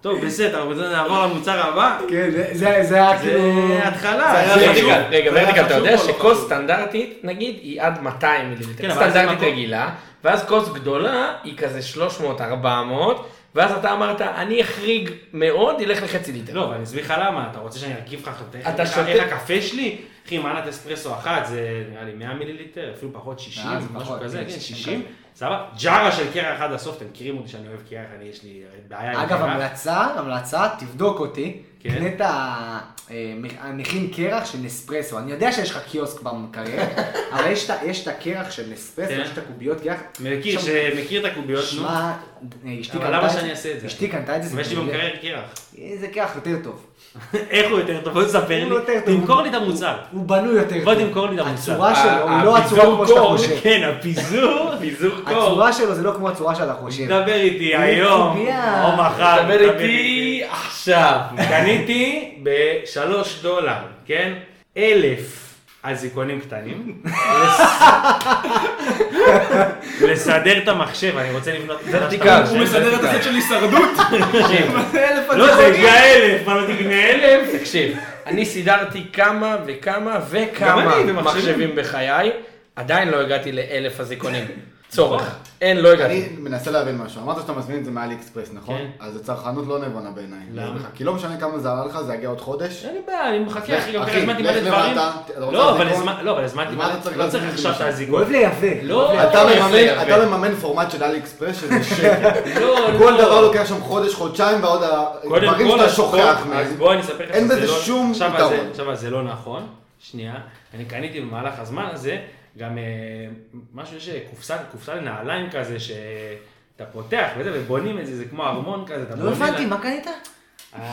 טוב, בסדר, אבל זה נעבור למוצר הבא.
כן, זה- זה- זה היה
זה
כאילו...
התחלה. זה
היה חשוב.
ורטיקל, לא רגע,
זה היה
ורטיקל, אתה
חשוב
יודע
או לא
שכוס
חשוב?
סטנדרטית, נגיד, היא עד 200 מיליליטר,
כן, אבל אז
סטנדרטית
מקום-
רגילה, ואז כוס גדולה היא כזה 300-400, ואז אתה אמרת, אני אחריג מאוד, ילך לחצי ליטר.
לא, אבל אני אסביר לך למה, אתה רוצה שאני ארכיב לך עכשיו את
אתה
איך-
שותה-
איך הקפה שלי? אחי, מנת אספרסו אחת זה נראה לי 100 מיליליטר, אפילו פחות 60,
אה, זה
משהו
פחות,
כזה,
כן,
כן,
60
60, סבבה? ג'ארה של קרח עד הסוף, אתם מכירים אותי שאני אוהב קרח, אני יש לי בעיה עם קרח.
אגב, המלצה, המלצה, תבדוק אותי.
כן.
קנה את ה- אה, מ- המכין קרח של נספרסו. אני יודע שיש לך קיוסק במקרר, אבל יש את ה- יש את הקרח של נספרסו,
כן.
יש את הקוביות קרח.
מכיר,
שם-
שמכיר את הקוביות, נו.
שמע, אה, אשתי
אבל
קנתה
למה
את זה.
שאני אעשה את זה?
אשתי קנתה את זה. זה
ויש לי
מעולה.
במקרר קרח.
אה, זה קרח יותר טוב.
איך הוא יותר טוב? בוא תספר
הוא לא
לי.
יותר טוב.
תמכור לי את המוצר.
הוא בנוי יותר טוב.
בוא תמכור לי את המוצר. אה,
הצורה שלו היא
ה-
לא הצורה
הפיזור
כמו שאתה
קור,
חושב.
כן, הפיזור.
פיזור קור.
הצורה שלו זה לא כמו הצורה שאתה חושב.
דבר איתי
הוא
היום,
קובייה.
או מחר.
דבר איתי עכשיו.
קניתי בשלוש דולר, כן? אלף אזיקונים קטנים. לס- לסדר את המחשב, אני רוצה לבנות...
ורטיקל.
הוא מסדר את הסט של הישרדות. מה זה אלף
לא, זה
הצעות?
הגיע אלף, מה לא תקנה אלף?
תקשיב, אני סידרתי כמה וכמה
גם
וכמה
אני, במחשבים.
מחשבים בחיי, עדיין לא הגעתי לאלף אזיקונים. צורך. אין, לא הגעתי.
אני מנסה להבין משהו, אמרת שאתה מזמין את זה מאלי אקספרס, נכון?
כן.
אז זה צרכנות לא נבונה בעיניי.
למה? כן.
כי לא משנה כמה זה עלה לך, זה יגיע עוד חודש.
אין לי בעיה, אני מחכה, אחי, גם
אחי,
ככה הזמנתי
לך
מלא דברים.
למטה, אתה רוצה
לא, אבל
אזיקון?
הזמנ- לא, אבל הזמנתי
למה אתה
מלא-
צריך
לא צריך
להזמין
עכשיו את
משהו?
הוא אוהב
האזיקון.
לייבא.
לא,
אתה
לא,
יפה,
מממן-
יפה.
אתה מממן פורמט של אלי אקספרס שזה שקר.
לא, לא.
כל דבר לוקח שם חודש, חודשיים, ועוד
קודם
הדברים
כל,
שאתה
אז
שוכח
בוא- אז
מהם.
בוא אני אספר לך
אין
שזה
בזה
לא-
שום
עכשיו
יתרון.
הזה- עכשיו אז זה לא נכון, שנייה, אני קניתי במהלך הזמן הזה גם אה, משהו, יש אה, קופסה, קופסה לנעליים כזה, שאתה פותח וזה, ובונים את זה, זה כמו ארמון כזה, אתה
לא
בונה
הבנתי,
לה-
מה קנית?
לא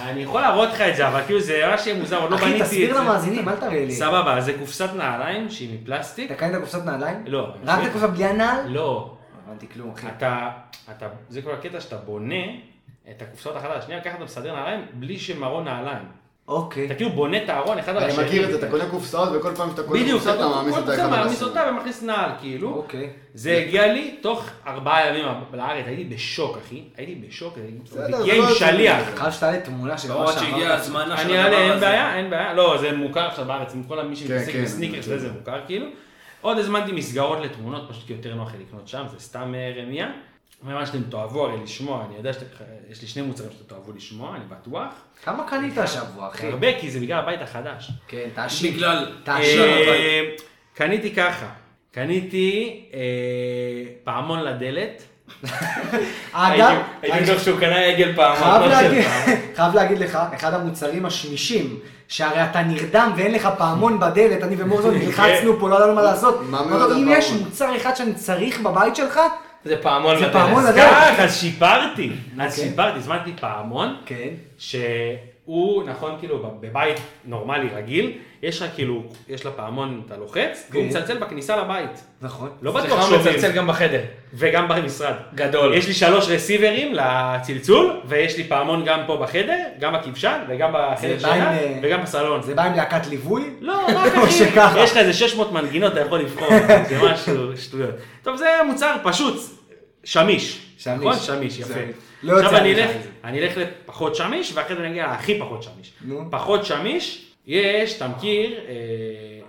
אני יכול להראות לך את זה, אבל כאילו זה ממש יהיה מוזר, עוד לא בניתי
אחי,
את זה.
תסביר למאזינים, אל תראה לי.
סבבה, אז זה קופסת נעליים שהיא מפלסטיק,
אתה קנית קופסת נעליים?
לא.
רק את הקופסה בלי הנעל?
לא,
לא הבנתי כלום, אחי.
אתה, אתה, זה כל הקטע שאתה בונה את הקופסאות אחת על השנייה, ככה אתה מסדר נעליים בלי שמרון נעליים.
אוקיי.
אתה כאילו בונה את הארון אחד על
אני
השני.
מכיר את זה, אתה קונה קופסאות וכל פעם שאתה קונה
בדיוק,
קופסה אתה
כל
מעמיס אותה
קבוצה
אחד על
מעמיס
השני.
אותה ומכניס נעל, כאילו.
אוקיי.
זה הגיע לי תוך ארבעה ימים לארץ, הייתי בשוק, אחי. הייתי בשוק,
בסדר,
הוא
זה
הגיע
לא
עם
יותר
שליח.
מדי.
חייב שתעלה תמונה של מה
למרות לא, שהגיע
שאמרת.
הזמן של
אני
הדבר
אעלה, אין
הזה.
בעיה, אין בעיה. לא, זה מוכר עכשיו בארץ, עם כל מי
כן,
שמתעסק
כן,
בסניקרס,
אני
זה זה מוכר כאילו. עוד הזמנתי מסגרות לתמונות, פשוט כי יותר נוח לי לקנות שם, זה סתם אה, רמייה. ומה שאתם תאהבו הרי לשמוע, אני יודע שיש לי שני מוצרים שאתם תאהבו לשמוע, אני בטוח.
כמה קנית השבוע, אחי?
הרבה, כי זה בגלל הבית החדש.
כן, תאשים.
אה, בגלל-
תאשים. אבל.
אה, קניתי ככה, קניתי אה, פעמון לדלת.
אגב,
הייתי- הייתי בטוח שהוא קנה עגל פעמון.
אה, חייב
לא של
להגיד-
פעמון.
חייב להגיד לך, אחד המוצרים השמישים, שהרי אתה נרדם ואין לך פעמון בדלת, אני ומורזון
כן.
נלחצנו פה, לא ידענו מה לעשות.
מה
אמרנו,
מאוד
אם
הפעמון?"
יש מוצר אחד שאני צריך בבית שלך,
זה פעמון
זה
בדלת.
פעמון
אז
הדרך.
ככה, אז שיפרתי. אז
אוקיי.
שיפרתי, הזמנתי פעמון,
כן.
שהוא, נכון, כאילו, בב- בבית נורמלי רגיל, יש לך כאילו, יש לה פעמון, אתה לוחץ, והוא
כן.
מצלצל בכניסה לבית.
נכון.
לא
סליחה,
בטוח
הוא
שומעים.
מצלצל גם בחדר.
וגם במשרד.
גדול.
יש לי שלוש רסיברים לצלצול, ויש לי פעמון גם פה בחדר, גם בכבשן, וגם בחדר
זה בא עם,
שינה,
אה,
וגם בסלון.
זה בא עם להקת ליווי?
לא, רק
או
אחי,
שככה.
יש לך איזה 600 מנגינות, אתה יכול לבחור, זה משהו, שטויות. טוב, זה מוצר פשוט, שמיש.
שמיש.
נכון? שמיש, יפה.
שמיש. לא
עכשיו
יוצא
אני
לי
אלך,
שמיש.
אני אלך לפחות שמיש, ואחרי זה אני אגיע להכי פחות שמיש.
נו.
פחות שמיש, יש, אתה מכיר, אה,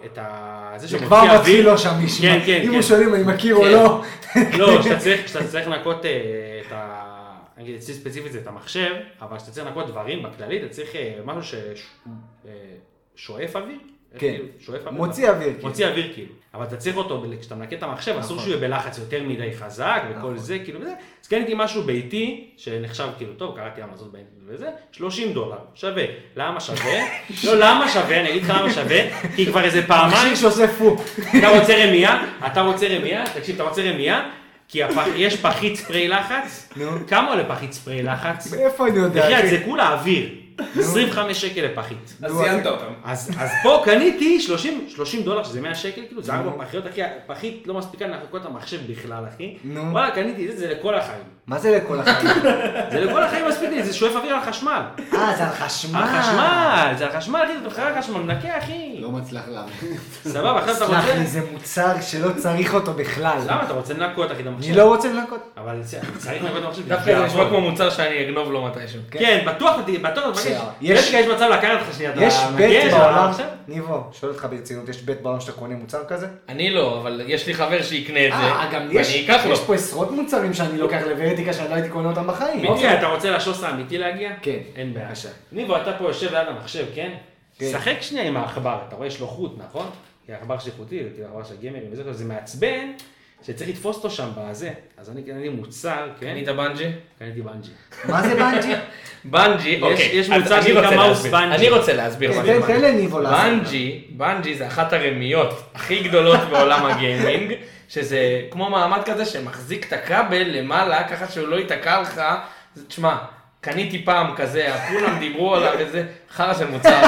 את ה... זה
זה
שמוציא
כבר מתחיל
אוויר.
לא שם מישהו.
כן, כן,
אם
כן.
הוא שואל אם אני מכיר או לא.
לא, שאתה צריך, שאתה צריך לנקות אה, את ה... נגיד, אצלי ספציפית זה את המחשב, אבל שאתה צריך לנקות דברים בכללי, אתה צריך אה, משהו ש- אה, שואף אוויר. איך
כן.
כאילו? שואף אוויר.
מוציא אוויר, נכון. כן.
מוציא אוויר כאילו. אבל אתה צריך אותו, ב- כשאתה מנקה את המחשב, אסור שהוא יהיה בלחץ יותר מדי חזק
נכון.
וכל זה, כאילו וזה. אז קניתי משהו ביתי, שנחשב כאילו, טוב, קראתי המזון באינטרנט וזה, 30 דולר, שווה. למה שווה? לא, למה שווה? אני אגיד לך למה שווה, כי כבר איזה פעמיים...
מכשיר שעושה פו.
אתה רוצה רמייה? אתה רוצה רמייה? תקשיב, אתה רוצה רמייה? כי הפח- יש פחית ספרי לחץ?
נו.
כמה עולה פחית ספרי לחץ?
איפה אני יודע?
בחייאת,
אחי?
זה כולה אוויר. 25 שקל לפחית.
אז ציינת אותם.
אז, אז פה קניתי 30, 30 דולר, שזה 100 שקל, כאילו, זה ארבע פחיות, אחי, הפחית לא מספיקה לנקות את המחשב בכלל, אחי.
נו.
וואלה, קניתי את זה, זה לכל החיים.
מה זה לכל החיים?
זה לכל החיים מספיק לי, זה שואף אוויר על חשמל.
אה, זה על חשמל.
על חשמל, זה על חשמל, אחי, זה בכלל חשמל, מנקה, אחי.
לא מצליח להבין.
סבבה, עכשיו אתה
סלח לי,
רוצה...
זה מוצר שלא צריך אותו בכלל.
למה אתה רוצה לנקות, אחי, את המחשב?
אני לא רוצה לנקות.
אבל זה- צריך לנקות את המחשב.
דווקא זה נשמע
יעבוד.
כמו מוצר שאני אגנוב לו מתישהו.
כן, בטוח, אתה- בטוח, אתה
בסדר.
מבקש.
יש-
יש יש מצב לקחת לך שנייה, אתה
לא,
יש
מגיע,
בית
אתה-
אה,
בעולם,
עכשיו?
ניבו, שואל אותך ברצינות, יש בית בעולם שאתה קונה מוצר כזה?
אני לא, אבל יש לי חבר שיקנה את
אה,
זה,
גם יש,
ואני אקח לו.
יש פה עשרות מוצרים שאני לוקח לוורטיקה שאני לא הייתי קונה אותם בחיים. אוקיי,
מיטי, אתה רוצה לשוס האמיתי להגיע?
כן.
אין בעיה.
בבקשה.
ניבו, אתה פה יושב ליד המחשב, כן?
כן.
שחק שנייה עם העכבר, אתה רואה, יש לו חוט, נכון? כי העכבר שליחותי, זה כאילו העכבר של גמרים וזה, אבל זה מעצבן שצריך לתפוס אותו שם בזה. אז אני קניתי מוצר, כן?
קנית בנג'י?
קניתי בנג'י.
מה זה בנג'י? כן,
בנג'י, אוקיי.
יש
אז
מוצר
אני
שנקרא
רוצה
מאוס
להסביר.
בנג'י. אה,
אני רוצה להסביר.
תן-
מה זה
תן לניבו לעשות.
בנג'י, בנג'י זה אחת הרמיות הכי גדולות בעולם הגיימינג, שזה כמו מעמד כזה שמחזיק את הכבל למעלה, ככה שהוא לא ייתקע לך. זה- תשמע, קניתי פעם כזה, כולם דיברו עליו וזה, חרא של מוצר.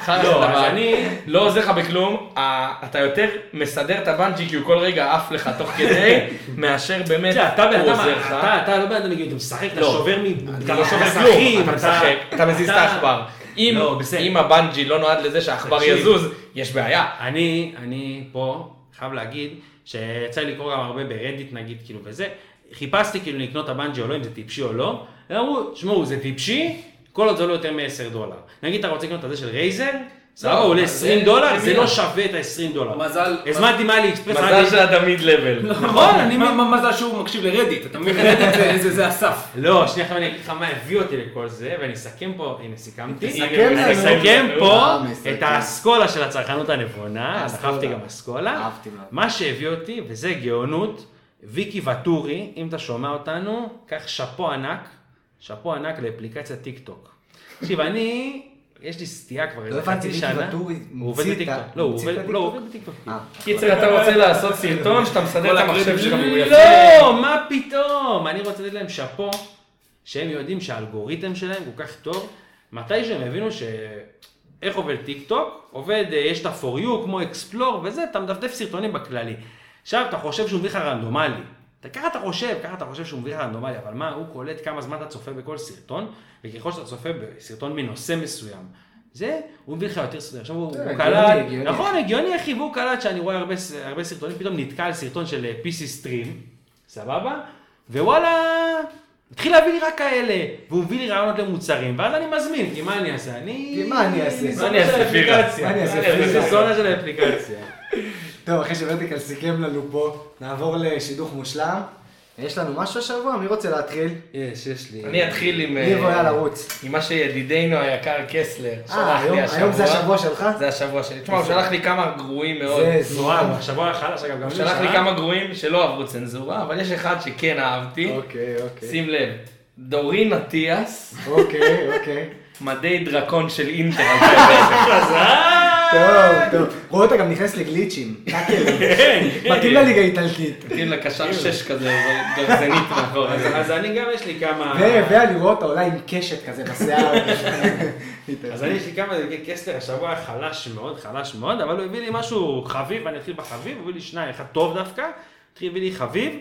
חרא של
לא, אז
דבר.
אני...
לא עוזר לך בכלום, ה- אתה יותר מסדר את הבנג'י כי הוא כל רגע עף לך תוך כדי, מאשר באמת
אתה אתה בן
הוא
אדם,
עוזר לך.
אתה- אתה לא בן אדם, נגיד, אתה משחק, אתה
לא.
שובר מ...
אתה לא שובר
אתה-
כלום, אתה
אתה-
משחק, אתה מזיז את
אתה-
העכבר. אם-
לא, בסדר.
אם הבנג'י לא נועד לזה שהעכבר
תקשיב.
יזוז, יש בעיה.
אני, אני פה חייב להגיד שיצא לי לקרוא גם הרבה ברדיט נגיד, כאילו וזה, חיפשתי כאילו לקנות את הבנג'י או לא, אם זה טיפשי או לא, ואמרו, שמעו, זה טיפשי, כל עוד זה לא יותר מ-10 דולר. נגיד אתה רוצה לקנות את זה של רייזר, סבבה,
לא,
הוא עולה
אבל
20
זה-
דולר,
זה
זה
מילה.
לא שווה את ה-20 דולר.
מזל-
הזמנתי מאלי אקספרס,
מזל
אמרתי,
של הדמיד
לא.
לבל.
נכון, אני מזל שהוא מקשיב לרדיט, אתה מבין? רדיט זה- זה- זה הסף.
לא, שנייה עכשיו אני אגיד לך מה הביא אותי לכל זה, ואני אסכם פה, הנה סיכמתי,
תסכם
אני
לנו.
אסכם פה
אה, מסכם.
את האסכולה של הצרכנות הנבונה, אז
כן. אסכולה.
דחפתי גם אסכולה,
אהבתי מאוד.
מה שהביא אותי, וזה גאונות, ויקי ואטורי, אם אתה שומע אותנו, קח שאפו ענק, שאפו ענק לאפליקציית טיק טוק. תקשיב, אני, יש לי סטייה כבר איזה
לא הבנתי,
חצי
ויקי
שנה,
ואטורי
הוא עובד
המציא את ה-
בטיקטוק, לא, הוא
המציא את
עובד-
הטיקטוק?
לא, הוא עובד בטיקטוק,
אה,
קיצר, אתה רוצה לעשות סרטון שאתה מסדר
כל
את המחשב
הקרדיט
שלך והוא יפה.
לא, מה פתאום? אני רוצה לתת להם שאפו, שהם יודעים שהאלגוריתם שלהם כל כך טוב, מתי שהם הבינו ש... איך עובד טיק טוק? עובד, אה, יש את ה-for you כמו אקספלור וזה, אתה מדפדף סרטונים בכללי. עכשיו, אתה חושב שהוא מביא לך רנדומלי. אתה ככה אתה חושב, ככה אתה חושב שהוא מביא לך רנדומלי, אבל מה, הוא קולט כמה זמן אתה צופה בכל סרטון, וככל שאתה צופה בסרטון מנושא מסוים, זה, הוא מביא לך יותר סרטונים. עכשיו הוא הוא
הגיוני,
קלט,
הגיוני.
נכון, הגיוני אחי, והוא קלט שאני רואה הרבה ס- הרבה סרטונים, פתאום נתקע על סרטון של אה, PC Stream, סבבה? ווואלה, התחיל להביא לי רק כאלה, והוא מביא לי רעיונות למוצרים, ואז אני מזמין, כי מה אני אעשה? אני...
כי מה אני אעשה?
זונה
מה
אני
של
אעשה, פירה?
האפליקציה.
מה אני אעשה, פירה?
אני זונה של האפליקציה.
טוב, אחרי שוורטיקל סיכם לנו פה, נעבור לשידוך מושלם. יש לנו משהו השבוע? מי רוצה להתחיל?
יש, יש לי.
אני אתחיל עם...
ניבו,
אה,
יאללה, רוץ.
עם מה שידידנו היקר קסלר
אה,
שלח
היום
לי
היום
השבוע.
זה השבוע שלך?
זה השבוע שלי. תשמע, הוא שלח לי כמה גרועים מאוד.
זה
וואו,
זמן.
השבוע החלש, אגב, גם
הוא
לי
שלח לי
שלח.
כמה גרועים שלא עברו צנזורה, אבל יש אחד שכן אהבתי.
אוקיי, אוקיי.
שים לב, דורין אטיאס,
אוקיי, אוקיי.
מדי דרקון של אינטר.
טוב, טוב. רואה אותה גם נכנס לגליצ'ים.
כן,
מתאים לליגה האיטלקית.
מתאים לקשר
כאילו.
שש כזה, זו גרזנית מאחורי.
אה,
אז- אה, אז אני גם יש לי כמה...
ו- ואני רואה אותה עולה עם קשת כזה בשיער.
אז אני יש לי כמה דרגי קסלר, השבוע היה חלש מאוד, חלש מאוד, אבל הוא הביא לי משהו חביב, אני אתחיל בחביב, הוא הביא לי שניים, אחד טוב דווקא, התחיל הביא לי חביב,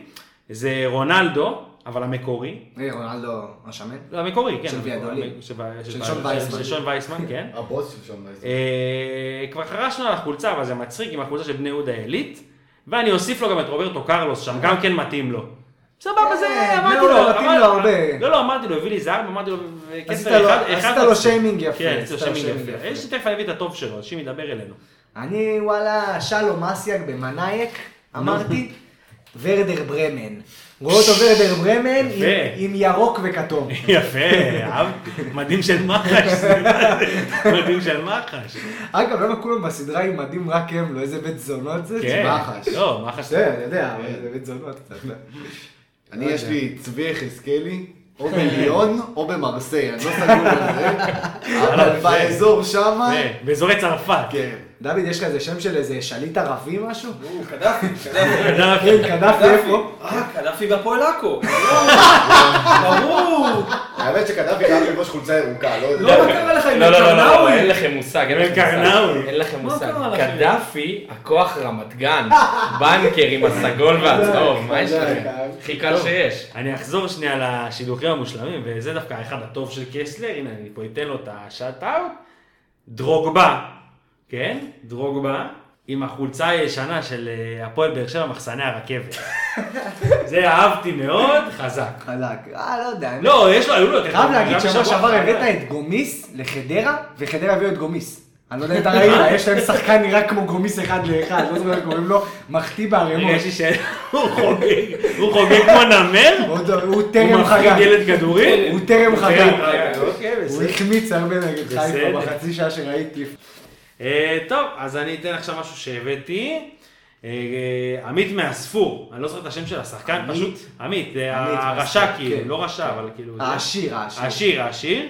זה רונלדו, אבל המקורי,
אה, רונלדו השמן?
לא, המקורי, כן.
של ויאדוליד.
של וי-
של
של
שון
וי-
וייסמן.
של שון וייסמן, כן.
הבוס של שם וייסמן.
אה, כבר חרשנו על החולצה, אבל זה מצחיק, עם החולצה של בני יהודה עילית, ואני אוסיף לו גם את רוברטו קרלוס, שם גם כן מתאים לו. סבבה,
אה,
זה, אמרתי
בני
לו,
יהודה, מתאים לו
אמר-
הרבה.
לא, לא, אמרתי לו, הביא לי זהב, אמרתי לו,
עשית
קסלר,
לו-
אחד-
עשית
אחד-
לו שיימינג יפה,
כן, עשית
עשית
לו
לו
שיימינג
שיימינג יפה.
יפה. יש לי תכף להביא את הטוב שלו, אז שימי ידבר אלינו.
אני וואלה שלום אסיאג במנאייק, אמרתי, ורדר ברמן. רואה אותו ורדר ברמן עם-
יפה.
עם ירוק וכתום.
יפה, אהבתי. מדהים של מח"ש, מדהים של מח"ש.
אגב, למה כולם בסדרה עם מדים רק הם לא? איזה בית זונות זה?
כן,
מח"ש.
לא, מח"ש.
זה, אני יודע, אבל זה בית זונות קצת. לא?
אני יש לי צבי יחזקאלי, או בליון או במרסיי, אני לא סגור על זה, אבל באזור
אה,
שמה,
זה, באזורי צרפת.
כן.
דוד, יש לך איזה שם של איזה שליט ערבי משהו?
נו, קדאפי, קדאפי.
ידעתי.
כן, קדאפי איפה? לא,
אה, קדאפי בהפועל עכו. ברור.
האמת שקדאפי גם ללבוש חולצה ירוקה, לא
לא, מה
יודע.
קרה לך עם
לא, לא, לא, לא, אין
קרנאווי?
לכם מושג, אין לכם
קרנאווי.
מושג. אין לכם מושג.
קרה לכם?
קדאפי, הכוח רמת גן, בנקר עם הסגול והצהוב, מה יש לכם? הכי קל שיש.
אני אחזור שנייה לשידוכים המושלמים, וזה דווקא האחד הטוב של קסלר, הנה אני פה אתן לו את השאט אאוט. דרוגבה, כן? דרוגבה, עם החולצה הישנה של אה, הפועל באר שבע, מחסני הרכבת. זה אהבתי מאוד, חזק.
חלק. אה, לא יודע.
לא, יש לו, היו לו יותר
חייב
חזקים,
להגיד,
גם
שבוע שעבר
אחר.
הבאת את גומיס לחדרה, וחדרה הביאו את גומיס. אני לא יודע אם אתה ראית, יש להם שחקן נראה כמו גומיס אחד לאחד, לא זוכר איך קוראים לו, מחטיא
רגע,
בערימות.
יש לי שאלה, הוא חוגג, הוא חוגג כמו נמר?
עוד לא, הוא
הוא
טרם
מפחיד
חגג.
ילד כדורי?
הוא טרם חגג.
רגע, אוקיי,
הוא
בסדר.
החמיץ הרבה נגד
בסדר.
חיפה בחצי שעה שראיתי.
אה, טוב, אז אני אתן עכשיו משהו שהבאתי. אה, אה, עמית מהספור, אני לא זוכר את השם של השחקן,
עמית?
פשוט עמית, זה
עמית
הרשע
מהספור,
כאילו,
כן.
לא רשע, אבל כאילו... זה-
העשיר, העשיר.
העשיר, העשיר,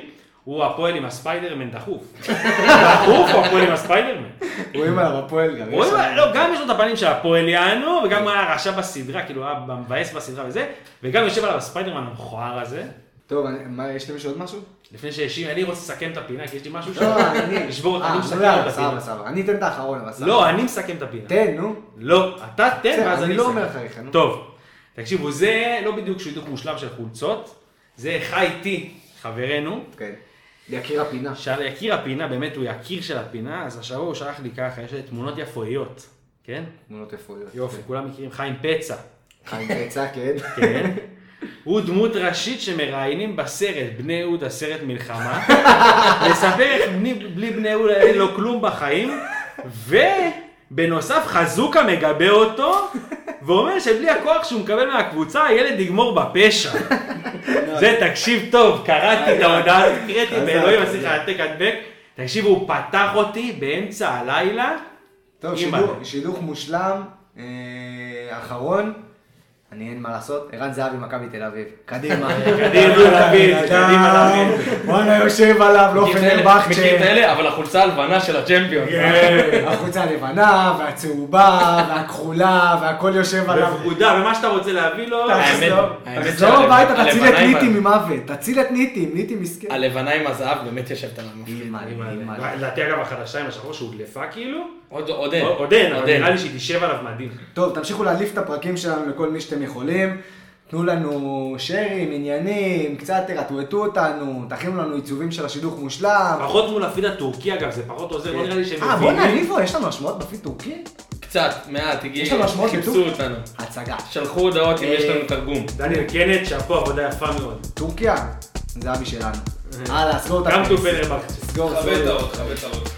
הוא הפועל עם הספיידרמן דחוף. דחוף הוא הפועל עם הספיידרמן.
רואים עליו הפועל גם.
רואים,
יש
לא, גם יש לו את הפנים של הפועל יענו, וגם הוא היה רשע בסדרה, כאילו הוא היה מבאס בסדרה וזה, וגם יושב עליו הספיידרמן המכוער הזה.
שם. טוב, אני- מה, יש למישהו עוד משהו?
לפני שהאשים, אני רוצה לסכם את הפינה, כי יש לי משהו ש...
לא, אני...
לשבור אותה,
אה,
אני מסכם
לא,
את הפינה.
סבבה, סבבה. אני אתן את האחרון, אבל סבבה.
לא, אני מסכם את הפינה.
תן, נו.
לא, אתה תן,
בסדר,
ואז אני
אני לא
אסכם.
אומר אחריך, נו.
טוב, תקשיבו, זה לא בדיוק שידוך מושלם של חולצות, זה חי טי, חברנו,
כן. יקיר הפינה.
שעל יקיר הפינה, באמת הוא יקיר של הפינה, אז השבוע הוא שלח לי ככה, יש לי תמונות יפואיות, כן?
תמונות רפואיות.
יופי, כולם מכירים, חיים פצע,
חיים פצע, כן.
כן? הוא דמות ראשית שמראיינים בסרט בני יהודה, סרט מלחמה, מספר איך בני, בלי בני יהודה אין לו כלום בחיים, ובנוסף חזוקה מגבה אותו, ואומר שבלי הכוח שהוא מקבל מהקבוצה, הילד יגמור בפשע. זה, תקשיב טוב, קראתי את ההודעה הזאת, קראתי, ואלוהים מצליח להעתק הדבק. תקשיב, הוא פתח אותי באמצע הלילה.
טוב,
אימא.
שידוך- שידוך מושלם, אה, אחרון. אני אין מה לעשות, ערן זהבי, מכבי תל אביב. קדימה.
קדימה להבין, קדימה להבין.
וואלה, יושב עליו, לא
מכיר את
פנר
אלה- מכיר את
בחצ'ה.
האלה, אבל החולצה הלבנה של הג'מפיון.
החולצה הלבנה, והצהובה, והכחולה, והכל יושב עליו.
בפקודה, ומה שאתה רוצה להביא לו.
האמת-
תחזור-
האמת
תחזור
שהלבנה-
הביתה, תציל את
הלבנה עם
ניטי
ה-
ממוות. תציל את ניטי, ניטי מסכן.
הלבנה עם הזהב באמת יושבת עליו.
אימא, אימא, אימא.
לדעתי אגב החדשה עם השחור שהודלפה כאילו,
עוד עוד אין.
עוד אין, אבל
עוד אין.
נראה לי שהיא תשב עליו מדהים.
טוב, תמשיכו להדליף את הפרקים שלנו לכל מי שאתם יכולים. תנו לנו שרים, עניינים, קצת תרטוטו אותנו, תכינו לנו עיצובים של השידוך מושלם.
פחות מול הפיד הטורקי אגב, זה פחות עוזר, לא נראה לי שהם
אה, בואנה, ניבו, יש לנו השמעות בפיד טורקי?
קצת, מעט,
יש לנו
הגיעו,
משמעות
חיפשו
בטורקיה?
אותנו.
הצגה.
שלחו הודעות אם
אה,
יש לנו תרגום.
דניאל קנט, שאפו עבודה יפה מאוד.
טורקיה, זהבי שלנו. הלאה, סגור את
גם
הפרק.
טופנר בחצי.
סגור,
חווה את
סגור.
האות, חווה את האות.